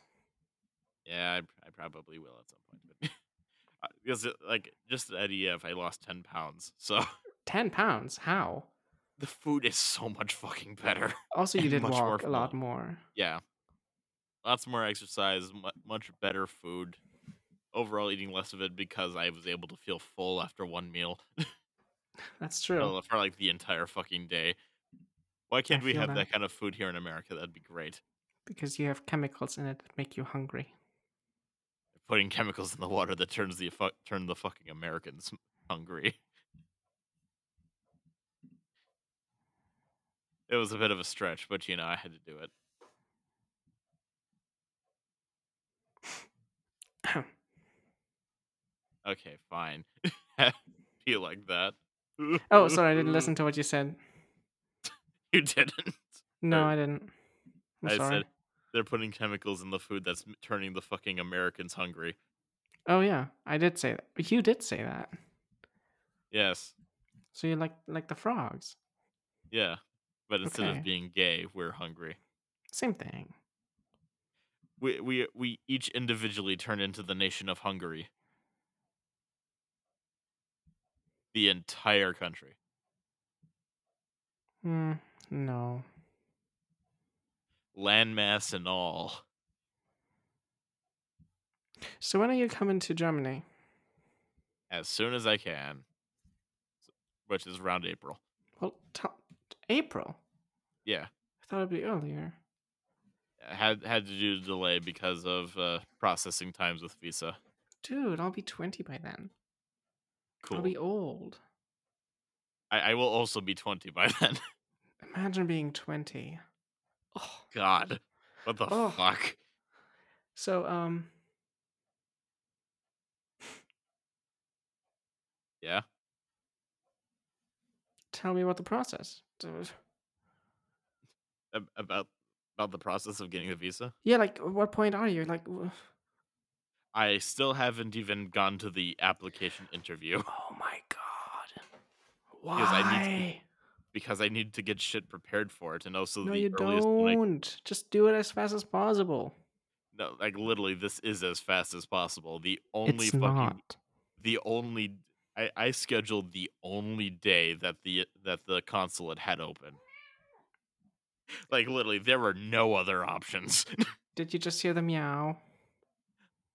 Speaker 3: yeah, I, I probably will at some point. But uh, because it, like just the idea if I lost ten pounds, so.
Speaker 2: Ten pounds? How?
Speaker 3: the food is so much fucking better.
Speaker 2: Also, you
Speaker 3: And
Speaker 2: did
Speaker 3: much more
Speaker 2: walk a lot
Speaker 3: full.
Speaker 2: more.
Speaker 3: Yeah. Lots more exercise, mu- much better food. Overall, eating less of it because I was able to feel full after one meal
Speaker 2: That's true.
Speaker 3: uh, for like the entire fucking day. Why can't we
Speaker 2: feel
Speaker 3: have
Speaker 2: that.
Speaker 3: that. kind of food here in America? That'd be great.
Speaker 2: because you have chemicals in it that make you hungry.
Speaker 3: Putting chemicals in the water that turns the fu- turn the fucking Americans hungry. It was a bit of a stretch, but you know I had to do it. Okay, fine. Feel like that.
Speaker 2: oh,
Speaker 3: Mm-hmm.
Speaker 2: sorry, I didn't listen to what you said.
Speaker 3: You didn't.
Speaker 2: No,
Speaker 3: Uh,
Speaker 2: I didn't. I'm
Speaker 3: I
Speaker 2: sorry.
Speaker 3: said they're putting chemicals in the food that's m- turning the fucking Americans hungry.
Speaker 2: Oh yeah, I did say that. You did say that.
Speaker 3: Yes.
Speaker 2: So you like like the frogs?
Speaker 3: Yeah. But instead
Speaker 2: Okay.
Speaker 3: of being gay, we're hungry.
Speaker 2: Same thing.
Speaker 3: We we we each individually turn into the nation of Hungary. The entire country.
Speaker 2: Mm, no.
Speaker 3: Landmass and all.
Speaker 2: So when are you coming to Germany?
Speaker 3: As soon as I can. S- Which is around April.
Speaker 2: Well, t- April.
Speaker 3: Yeah.
Speaker 2: I thought it'd be earlier.
Speaker 3: had had to do the delay because of uh, processing times with Visa.
Speaker 2: Dude, I'll be twenty by then.
Speaker 3: Cool.
Speaker 2: I'll be old.
Speaker 3: I, I will also be twenty by then.
Speaker 2: Imagine being twenty. Oh.
Speaker 3: God, what the
Speaker 2: Oh.
Speaker 3: fuck?
Speaker 2: So um.
Speaker 3: Yeah?
Speaker 2: Tell me about the process. Dude.
Speaker 3: Ab- About about the process of getting the Visa.
Speaker 2: Yeah, like at what point are you? Like, w-
Speaker 3: I still haven't even gone to the application interview
Speaker 2: oh my god, why?
Speaker 3: Because I need because I need to get shit prepared for it, and also
Speaker 2: no,
Speaker 3: the
Speaker 2: you
Speaker 3: earliest one I-
Speaker 2: don't. Just do it as fast as possible.
Speaker 3: no, like literally, this is as fast as possible. The only
Speaker 2: it's
Speaker 3: fucking
Speaker 2: not.
Speaker 3: the only I, I scheduled the only day that the that the consulate had open. Like literally, there were no other options.
Speaker 2: Did you just hear the meow?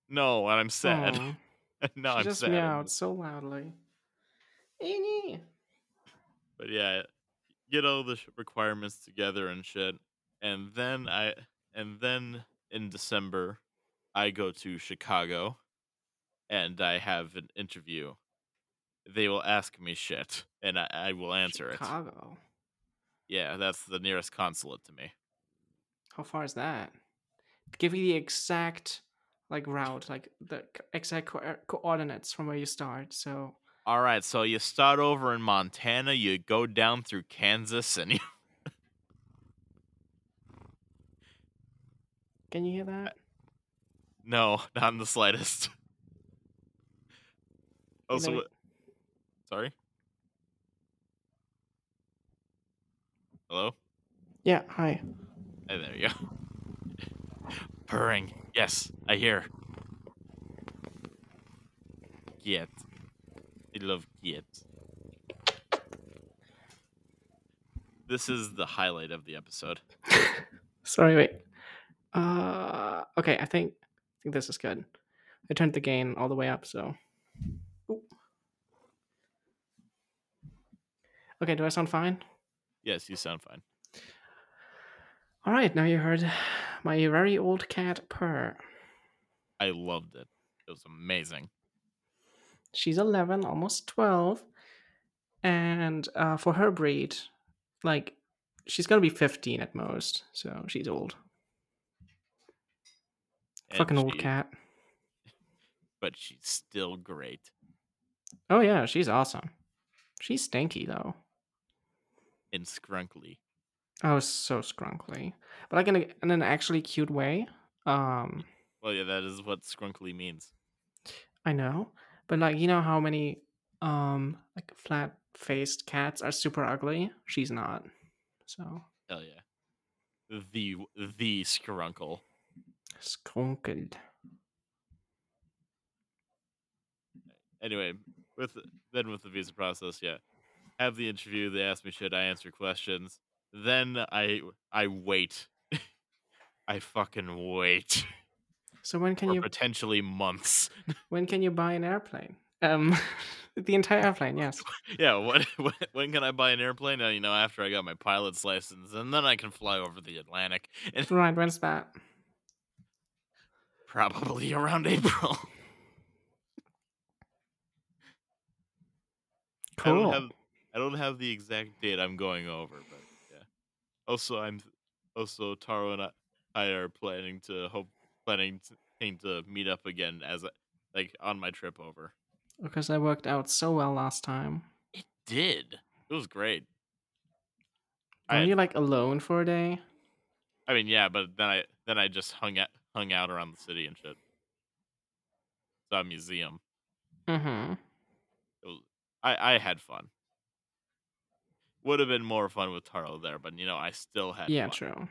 Speaker 3: no, and I'm sad.
Speaker 2: Aw,
Speaker 3: no,
Speaker 2: she
Speaker 3: I'm
Speaker 2: just
Speaker 3: sad.
Speaker 2: meowed so loudly. Annie.
Speaker 3: But yeah, get all the sh- requirements together and shit, and then I and then in December, I go to Chicago, and I have an interview. They will ask me shit, and I, I will answer it.
Speaker 2: Chicago.
Speaker 3: Yeah, that's the nearest consulate to me.
Speaker 2: How far is that? Give me the exact like route, like the c- exact co- er, coordinates from where you start. So
Speaker 3: All right, so you start over in Montana, you go down through Kansas, and you,
Speaker 2: can you hear that?
Speaker 3: Uh, no, not in the slightest.
Speaker 2: Let
Speaker 3: Also,
Speaker 2: me-
Speaker 3: sorry. Hello?
Speaker 2: Yeah, hi.
Speaker 3: Hey, there you go. Purring. Yes, I hear. Get. I love get. This is the highlight of the episode.
Speaker 2: Sorry, wait. Uh, okay, I think I think this is good. I turned the gain all the way up, so. Ooh. Okay, do I sound fine?
Speaker 3: Yes, you sound fine.
Speaker 2: All right, now you heard my very old cat purr.
Speaker 3: I loved it. It was amazing.
Speaker 2: She's 11, almost 12. And uh, for her breed, like, she's going to be 15 at most. So she's old.
Speaker 3: And
Speaker 2: Fucking old
Speaker 3: she-
Speaker 2: cat.
Speaker 3: But she's still great.
Speaker 2: Oh, yeah, she's awesome. She's stinky, though.
Speaker 3: And scrunkly.
Speaker 2: Oh, so scrunkly. But like in, a, in an actually cute way. Um,
Speaker 3: Well, yeah, that is what scrunkly means.
Speaker 2: I know. But like, you know how many um like flat faced cats are super ugly? She's not. So
Speaker 3: Hell yeah. The the scrunkle.
Speaker 2: skrunkled.
Speaker 3: anyway, with then with the visa process, yeah, have the interview. They ask me should I answer questions. Then I I wait. I fucking wait
Speaker 2: So when can
Speaker 3: for
Speaker 2: you
Speaker 3: potentially months.
Speaker 2: When can you buy an airplane? Um, the entire airplane, yes.
Speaker 3: Yeah, what, when when can I buy an airplane? Uh, you know, after I got my pilot's license, and then I can fly over the Atlantic, and
Speaker 2: Right, when's that?
Speaker 3: probably around April. I
Speaker 2: Cool.
Speaker 3: don't have I don't have the exact date I'm going over, but yeah. Also, I'm also Taro and I, I are planning to hope planning to, planning to meet up again as I, like on my trip over.
Speaker 2: Because I worked out so well last time.
Speaker 3: It did. It was great.
Speaker 2: Were
Speaker 3: I-
Speaker 2: you like alone for a day?
Speaker 3: I mean, yeah, but then I then I just hung out hung out around the city and shit. Saw a museum.
Speaker 2: Mm-hmm.
Speaker 3: It was, I I had fun. Would have been more fun with Taro there, but you know I still had
Speaker 2: Yeah,
Speaker 3: fun.
Speaker 2: true.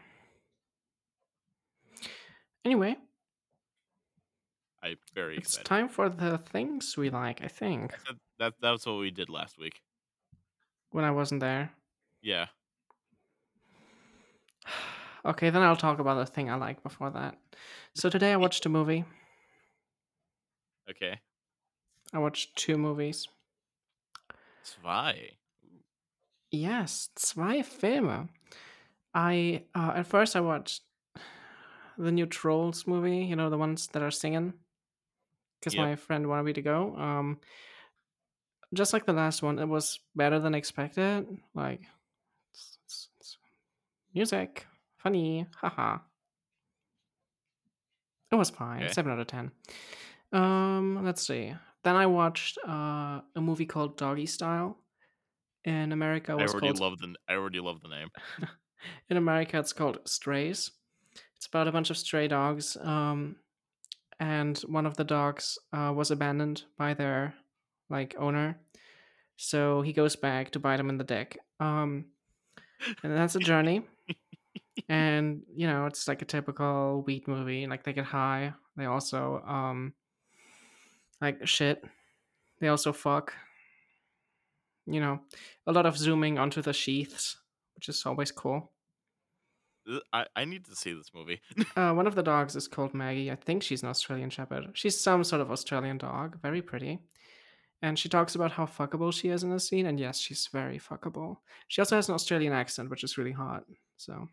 Speaker 2: Anyway,
Speaker 3: I very
Speaker 2: it's
Speaker 3: excited.
Speaker 2: time for the things we like, I think.
Speaker 3: That, that that's what we did last week.
Speaker 2: When I wasn't there.
Speaker 3: Yeah.
Speaker 2: Okay, then I'll talk about the thing I like before that. So today I watched a movie.
Speaker 3: Okay.
Speaker 2: I watched two movies.
Speaker 3: Zwei.
Speaker 2: Yes, zwei Filme. I uh, at first I watched the new Trolls movie. You know the ones that are singing, because
Speaker 3: Yep.
Speaker 2: my friend wanted me to go. Um, just like the last one, it was better than expected. Like, it's, it's, it's music, funny, haha. It was fine.
Speaker 3: Okay.
Speaker 2: Seven out of ten. Um, let's see. Then I watched uh, a movie called Doggy Style. In America, it
Speaker 3: I
Speaker 2: was
Speaker 3: already
Speaker 2: called
Speaker 3: love the I already love the name.
Speaker 2: in America, it's called Strays. It's about a bunch of stray dogs, um, and one of the dogs uh, was abandoned by their like owner, so he goes back to bite him in the dick. Um, and that's a journey. and you know, it's like a typical weed movie. Like they get high. They also um, like shit. They also fuck. You know, a lot of zooming onto the sheaths, which is always cool.
Speaker 3: Th- I, I need to see this movie.
Speaker 2: Uh, one of the dogs is called Maggie. I think she's an Australian Shepherd. She's some sort of Australian dog, very pretty. And she talks about how fuckable she is in the scene, and yes, she's very fuckable. She also has an Australian accent, which is really hot. So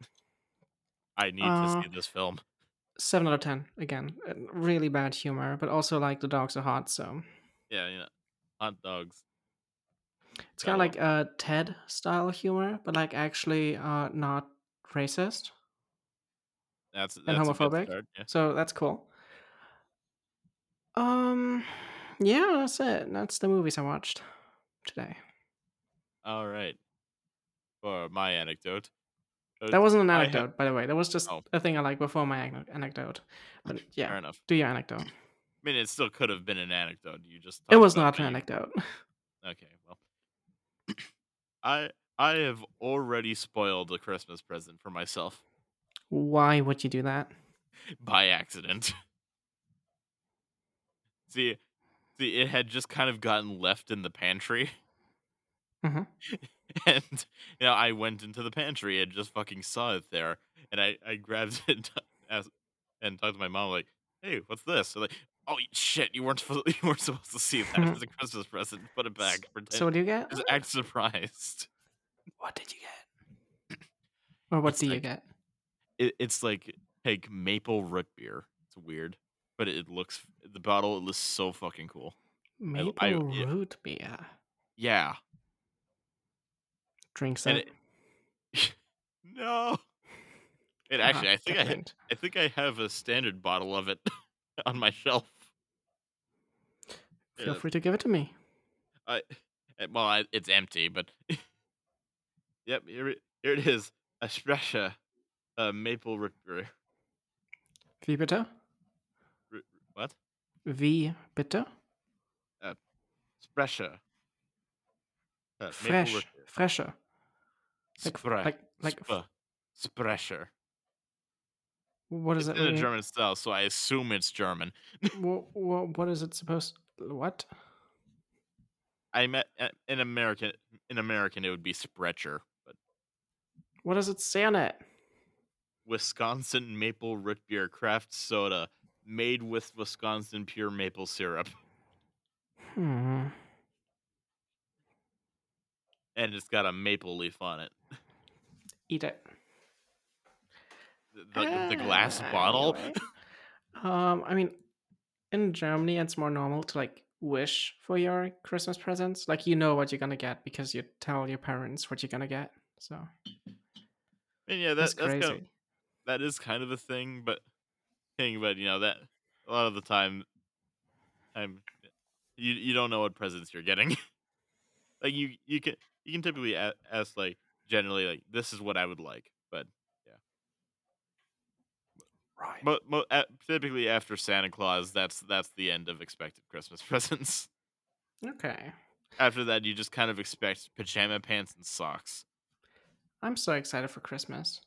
Speaker 3: I need
Speaker 2: Uh,
Speaker 3: to see this film.
Speaker 2: seven out of ten again. Uh, Really bad humor, but also like the dogs are hot. So
Speaker 3: Yeah, you know, hot dogs.
Speaker 2: it's kind of
Speaker 3: Gotta
Speaker 2: like uh, Ted style humor, but like actually uh, not racist.
Speaker 3: That's, that's a good
Speaker 2: homophobic?
Speaker 3: start, yeah.
Speaker 2: So that's cool. Um, yeah, that's it. That's the movies I watched today.
Speaker 3: All right. For my anecdote. Uh,
Speaker 2: That wasn't an
Speaker 3: I have-
Speaker 2: anecdote, by the way. That was just
Speaker 3: Oh.
Speaker 2: a thing I like before my anec- anecdote. But
Speaker 3: Fair
Speaker 2: yeah,
Speaker 3: enough.
Speaker 2: do your anecdote.
Speaker 3: I mean, it still could have been an anecdote. You just
Speaker 2: It
Speaker 3: talked
Speaker 2: was not
Speaker 3: about how
Speaker 2: an
Speaker 3: you-
Speaker 2: anecdote.
Speaker 3: Okay, well, I I have already spoiled a Christmas present for myself
Speaker 2: Why would you do that?
Speaker 3: by accident. see, see, it had just kind of gotten left in the pantry.
Speaker 2: Mhm.
Speaker 3: and you know, I went into the pantry and just fucking saw it there, and I I grabbed it and, t- asked, and talked to my mom like, "Hey, what's this?" They're like, "Oh shit, you weren't supposed you weren't supposed to see that. It's a Christmas present. Put it back. Pretend.
Speaker 2: So what do you get?
Speaker 3: just act surprised."
Speaker 2: What did you get? Or what
Speaker 3: It's
Speaker 2: do you
Speaker 3: like-
Speaker 2: get?
Speaker 3: it, it's like like maple root beer. It's weird, but it looks the bottle. It looks so fucking cool.
Speaker 2: Maple
Speaker 3: I- yeah.
Speaker 2: root beer.
Speaker 3: Yeah.
Speaker 2: Drinks
Speaker 3: And
Speaker 2: it.
Speaker 3: No. And
Speaker 2: Ah,
Speaker 3: actually, I think I,
Speaker 2: different.
Speaker 3: I think I have a standard bottle of it on my shelf.
Speaker 2: Feel
Speaker 3: Yeah,
Speaker 2: free to give it to me.
Speaker 3: I, eh, well, I, it's empty, but yep, here it, here it is. Espresso, uh, maple root beer.
Speaker 2: V bitter?
Speaker 3: What?
Speaker 2: V bitter?
Speaker 3: Uh, Espresso. Uh, maple root
Speaker 2: Fresh.
Speaker 3: beer.
Speaker 2: Fresher. Like, f-
Speaker 3: Spre-
Speaker 2: like, like, f-
Speaker 3: sp- Sprecher.
Speaker 2: what is
Speaker 3: It's
Speaker 2: it?
Speaker 3: in a
Speaker 2: really-
Speaker 3: German style, so I assume it's German.
Speaker 2: wha- wha- what is it supposed? What?
Speaker 3: I met eh, in American. In American, it would be Sprecher, but
Speaker 2: What does it say on it?
Speaker 3: Wisconsin maple root beer craft soda, made with Wisconsin pure maple syrup,
Speaker 2: Hmm.
Speaker 3: and it's got a maple leaf on it.
Speaker 2: Eat it.
Speaker 3: The, the- the glass
Speaker 2: Ah,
Speaker 3: bottle.
Speaker 2: anyway. Um, I mean, in Germany, it's more normal to like wish for your Christmas presents. Like you know what you're gonna get because you tell your parents what you're gonna get. So
Speaker 3: And yeah, that,
Speaker 2: that's
Speaker 3: that's
Speaker 2: crazy.
Speaker 3: kind of that is kind of a thing, but thing, but you know that a lot of the time, I'm you you don't know what presents you're getting. like you you can you can typically a- ask like generally like this is what I would like, but
Speaker 2: right.
Speaker 3: mo- mo- a- typically after Santa Claus, that's that's the end of expected Christmas presents.
Speaker 2: okay.
Speaker 3: after that, you just kind of expect pajama pants and socks.
Speaker 2: I'm so excited for Christmas.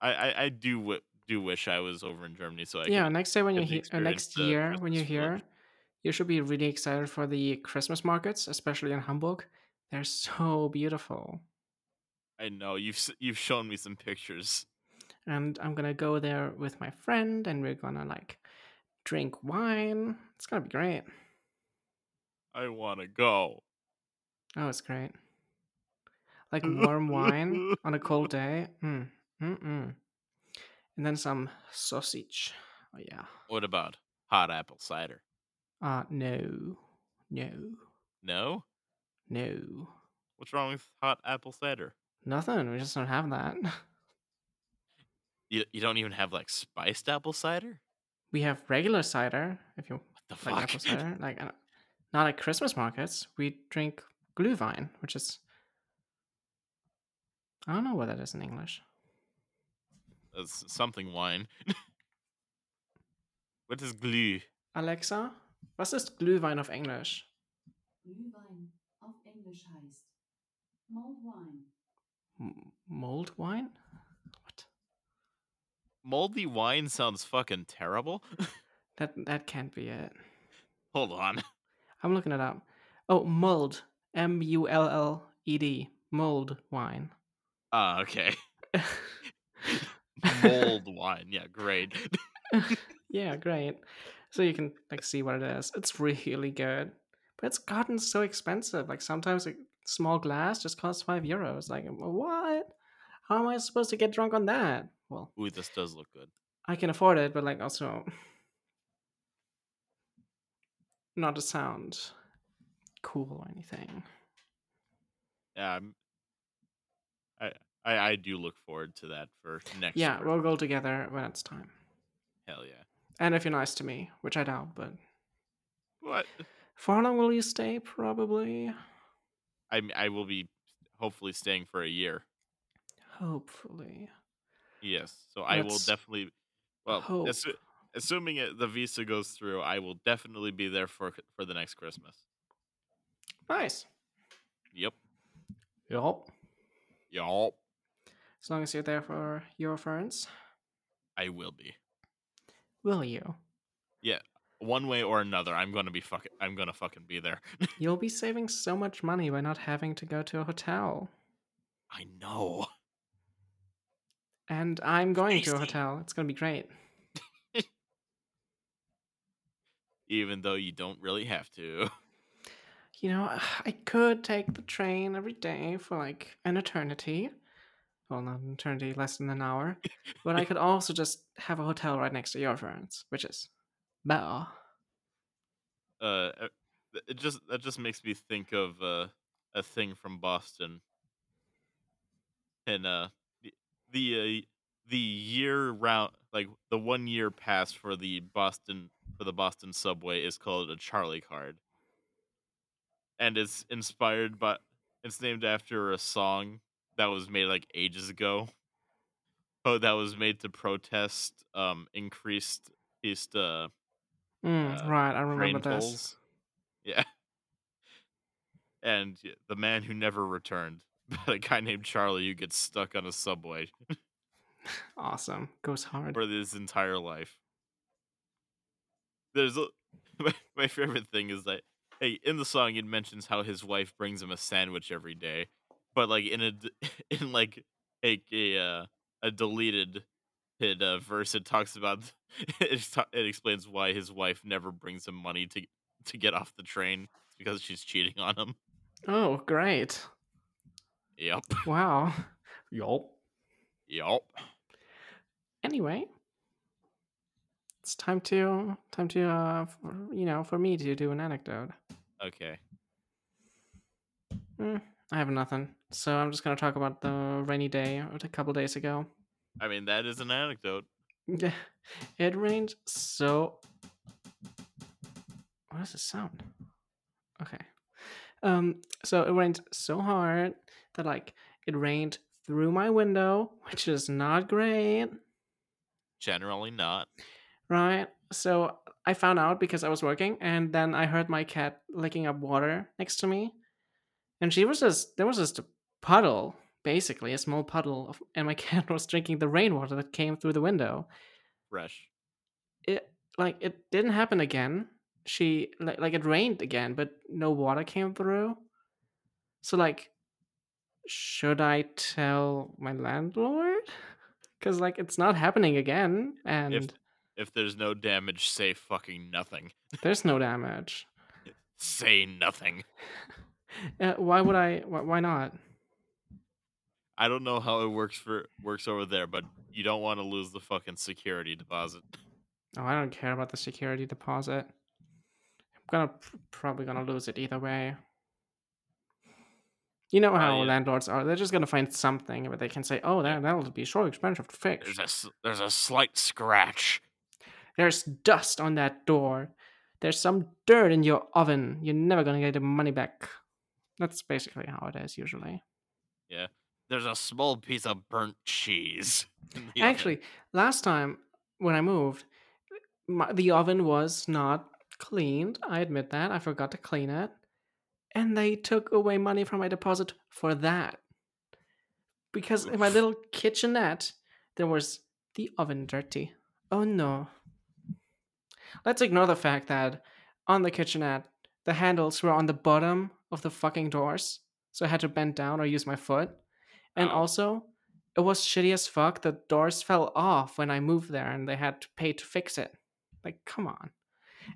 Speaker 3: I I, I do w- do wish I was over in Germany so I
Speaker 2: yeah,
Speaker 3: could
Speaker 2: next day when you're
Speaker 3: get to
Speaker 2: here, uh,
Speaker 3: experience
Speaker 2: next
Speaker 3: the
Speaker 2: year when you're
Speaker 3: Christmas
Speaker 2: here,
Speaker 3: village.
Speaker 2: you should be really excited for the Christmas markets, especially in Hamburg. They're so beautiful.
Speaker 3: I know you've s- you've shown me some pictures.
Speaker 2: and I'm gonna go there with my friend, and we're gonna like drink wine. It's gonna be great.
Speaker 3: I want to go.
Speaker 2: Oh, it's great. Like warm wine on a cold day. Mm, mm-mm. And then some sausage. Oh yeah.
Speaker 3: What about hot apple cider?
Speaker 2: Uh no, no,
Speaker 3: No.
Speaker 2: no.
Speaker 3: What's wrong with hot apple cider?
Speaker 2: Nothing. We just don't have that.
Speaker 3: You, you don't even have like spiced apple cider?
Speaker 2: We have regular cider. If you
Speaker 3: What the
Speaker 2: like apple
Speaker 3: fuck?
Speaker 2: cider, like I don't- not at Christmas markets. We drink glühwein, which is I don't know what that is in English.
Speaker 3: That's something wine. what is glue?
Speaker 2: Alexa, was ist Glühwein auf Englisch?
Speaker 4: Glühwein auf Englisch heißt Mulled Wine.
Speaker 2: M- mold wine? What?
Speaker 3: Moldy wine sounds fucking terrible.
Speaker 2: That that can't be it.
Speaker 3: Hold on.
Speaker 2: I'm looking it up. Oh, mold. M U L L E D. Mold wine.
Speaker 3: Ah, okay. Mold wine. Yeah, great.
Speaker 2: yeah, great. So you can like see what it is. It's really good, but it's gotten so expensive. Like sometimes a small glass just costs five euros. Like what? How am I supposed to get drunk on that? Well,
Speaker 3: Ooh, this does look good.
Speaker 2: I can afford it, but like also not to sound cool or anything.
Speaker 3: Yeah, I'm, I, I I do look forward to that for next.
Speaker 2: yeah,
Speaker 3: year.
Speaker 2: we'll go together when it's time.
Speaker 3: Hell yeah.
Speaker 2: And if you're nice to me, which I doubt, but
Speaker 3: What?
Speaker 2: for how long will you stay? Probably.
Speaker 3: I I will be hopefully staying for a year.
Speaker 2: Hopefully.
Speaker 3: Yes. So I will
Speaker 2: Let's
Speaker 3: definitely. Well,
Speaker 2: hope.
Speaker 3: assu- assuming it, the visa goes through, I will definitely be there for for the next Christmas.
Speaker 2: Nice.
Speaker 3: Yep.
Speaker 2: Yup.
Speaker 3: Y'all,
Speaker 2: As long as you're there for your friends,
Speaker 3: I will be.
Speaker 2: will you?
Speaker 3: One way or another, I'm gonna be fucking. I'm gonna fucking be there.
Speaker 2: You'll be saving so much money by not having to go to a hotel.
Speaker 3: I know.
Speaker 2: And I'm going to a
Speaker 3: Tasty.
Speaker 2: hotel. It's going to be great.
Speaker 3: Even though you don't really have to.
Speaker 2: You know, I could take the train every day for like an eternity. Well, not an eternity, less than an hour. But I could also just have a hotel right next to your friends, which is better.
Speaker 3: Uh, th- it just that just makes me think of uh, a thing from Boston. And uh, the the, uh, the year round, like the one year pass for the Boston for the Boston subway is called a Charlie card. And it's inspired by it's named after a song that was made like ages ago. Oh, that was made to protest um increased increased uh
Speaker 2: Mm,
Speaker 3: Uh,
Speaker 2: right, I remember
Speaker 3: Rain
Speaker 2: this.
Speaker 3: Falls. Yeah. And y- the man who never returned, but a guy named Charlie who gets stuck on a subway
Speaker 2: Awesome. Goes hard.
Speaker 3: for his entire life. There's a, my, my favorite thing is that hey, in the song it mentions how his wife brings him a sandwich every day, but like in a d- in like a a, uh, a deleted hid, uh, verse it talks about it, ta- it explains why his wife never brings him money to to get off the train it's because she's cheating on him.
Speaker 2: Oh, great.
Speaker 3: Yep.
Speaker 2: Wow. Yup.
Speaker 3: Yep.
Speaker 2: Anyway, it's time to time to uh, for, you know, for me to do an anecdote.
Speaker 3: Okay.
Speaker 2: Mm, I have nothing. So I'm just going to talk about the rainy day a couple days ago.
Speaker 3: I mean that is an anecdote.
Speaker 2: Yeah, it rained so. What is the sound? Okay. Um. So it rained so hard that like it rained through my window, which is not great,
Speaker 3: Generally not.
Speaker 2: right? So I found out because I was working, and then I heard my cat licking up water next to me, and she was just there was just a puddle, basically a small puddle, of, and my cat was drinking the rainwater that came through the window.
Speaker 3: Fresh.
Speaker 2: it like it didn't happen again she like, like it rained again but no water came through so like should i tell my landlord because like it's not happening again and
Speaker 3: If there's no damage, say fucking nothing.
Speaker 2: there's no damage
Speaker 3: Say nothing.
Speaker 2: uh, why would i why, why not
Speaker 3: I don't know how it works for works over there, but you don't want to lose the fucking security deposit.
Speaker 2: oh i don't care about the security deposit i'm gonna probably gonna lose it either way you know
Speaker 3: Oh,
Speaker 2: how
Speaker 3: yeah.
Speaker 2: landlords are they're just gonna find something but they can say oh that, that'll be so expensive to fix
Speaker 3: There's a s- there's a slight scratch.
Speaker 2: There's dust on that door. There's some dirt in your oven. You're never gonna get the money back. That's basically how it is usually.
Speaker 3: There's a small piece of burnt cheese. in the oven.
Speaker 2: Actually, last time when I moved, my, the oven was not cleaned. I admit that. I forgot to clean it. And they took away money from my deposit for that. Because in my
Speaker 3: Oof.
Speaker 2: little kitchenette, there was the oven dirty. Oh no. Let's ignore the fact that on the kitchenette, the handles were on the bottom of the fucking doors. So I had to bend down or use my foot. And
Speaker 3: Ow.
Speaker 2: also, it was shitty as fuck. The doors fell off when I moved there and they had to pay to fix it. Like, come on.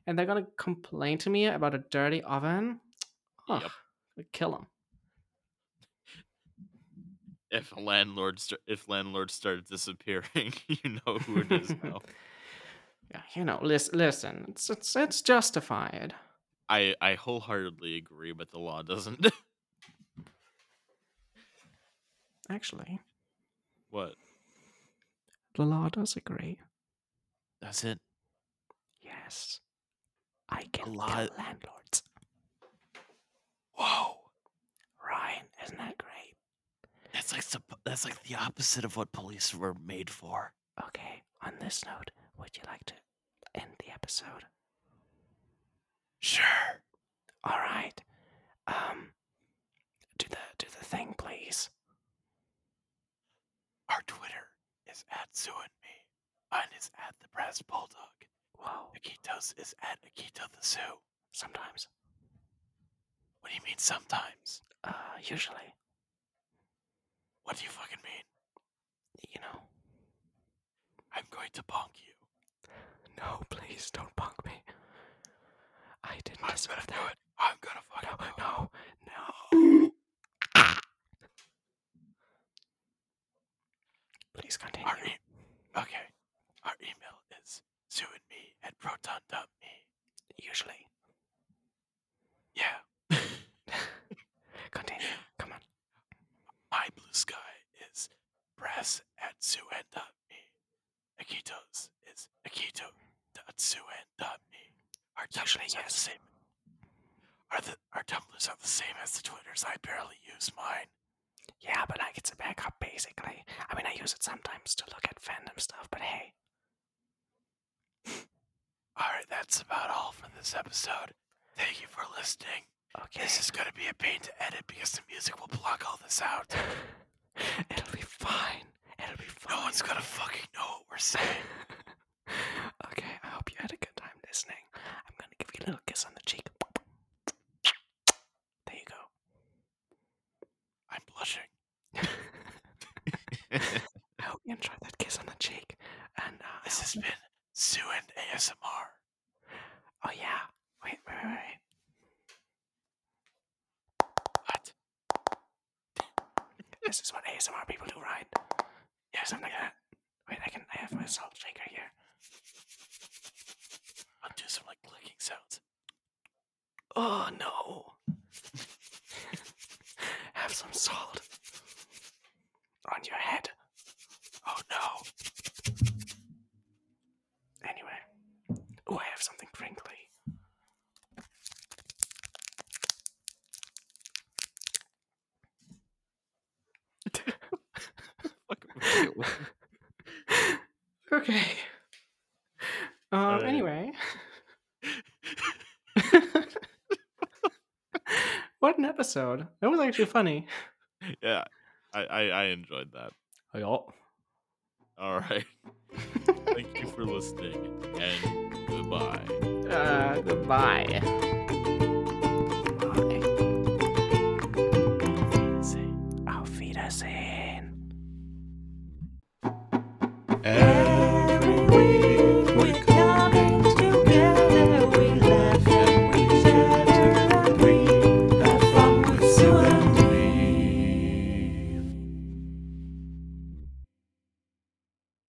Speaker 2: And they're gonna complain to me about a dirty oven? Ugh,
Speaker 3: Yep.
Speaker 2: would Kill them.
Speaker 3: if a landlord st- if landlords start disappearing, you know who it is now.
Speaker 2: Yeah, you know, lis- listen, it's, it's, it's justified.
Speaker 3: I I wholeheartedly agree, but the law doesn't.
Speaker 2: Actually,
Speaker 3: what
Speaker 2: the law does agree.
Speaker 3: does it?
Speaker 2: Yes. I can
Speaker 3: law-
Speaker 2: kill landlords.
Speaker 3: Whoa,
Speaker 2: Ryan, isn't that great?
Speaker 3: that's like that's like the opposite of what police were made for.
Speaker 2: Okay, on this note, would you like to end the episode?
Speaker 3: Sure.
Speaker 2: All right. Um, do the do the thing, please.
Speaker 5: Our Twitter is at Sue and me. Mine is at the Brass Bulldog.
Speaker 2: Whoa.
Speaker 5: Akitos is at Akito the Zoo.
Speaker 2: Sometimes.
Speaker 5: What do you mean sometimes?
Speaker 2: Uh usually.
Speaker 5: What do you fucking mean?
Speaker 2: You know.
Speaker 5: I'm going to bonk you.
Speaker 2: No, please don't punk me. I didn't
Speaker 5: I'm
Speaker 2: deserve
Speaker 5: gonna do
Speaker 2: that.
Speaker 5: it. I'm gonna fucking do it.
Speaker 2: No, no, no. Please continue.
Speaker 5: Our e- okay. Our email is Sue and me at proton.me.
Speaker 2: Usually.
Speaker 5: Yeah.
Speaker 2: Continue. Come on.
Speaker 5: My blue sky is brass at suen.me. Akitos is akito.suen.me. Our
Speaker 2: Usually,
Speaker 5: tumblers are the
Speaker 2: yes.
Speaker 5: same. Are the, our tumblers are the same as the Twitters. I barely use mine.
Speaker 2: Yeah, but like it's a backup basically. I mean, I use it sometimes to look at fandom stuff, but hey,
Speaker 5: All right, that's about all for this episode. Thank you for listening.
Speaker 2: okay.
Speaker 5: This is going to be a pain to edit because the music will block all this out.
Speaker 2: It'll be fine. It'll be fine.
Speaker 5: No one's going to fucking know what we're saying.
Speaker 2: okay, I hope you had a good time listening. I'm gonna give you a little kiss on the cheek. There you go.
Speaker 5: I'm blushing.
Speaker 2: I hope you enjoyed that kiss on the cheek. And uh, I
Speaker 5: This has
Speaker 2: hope-
Speaker 5: been Sue and ASMR.
Speaker 2: oh yeah. Wait, wait, wait, wait.
Speaker 5: What?
Speaker 2: This is what ASMR people do, right?
Speaker 5: Yeah,
Speaker 2: Something like that. Wait, I can. I have my salt shaker here.
Speaker 5: I'll do some like clicking sounds.
Speaker 2: Oh no. have some salt on your head.
Speaker 5: Oh no.
Speaker 2: Anyway. Oh, I have something crinkly. okay. Um,
Speaker 3: Alright.
Speaker 2: Anyway. what an episode. That was actually funny.
Speaker 3: yeah, I, I I enjoyed that. All right. Thank you for listening, and goodbye.
Speaker 2: Uh, goodbye. Bye. Auf Wiedersehen.
Speaker 3: And-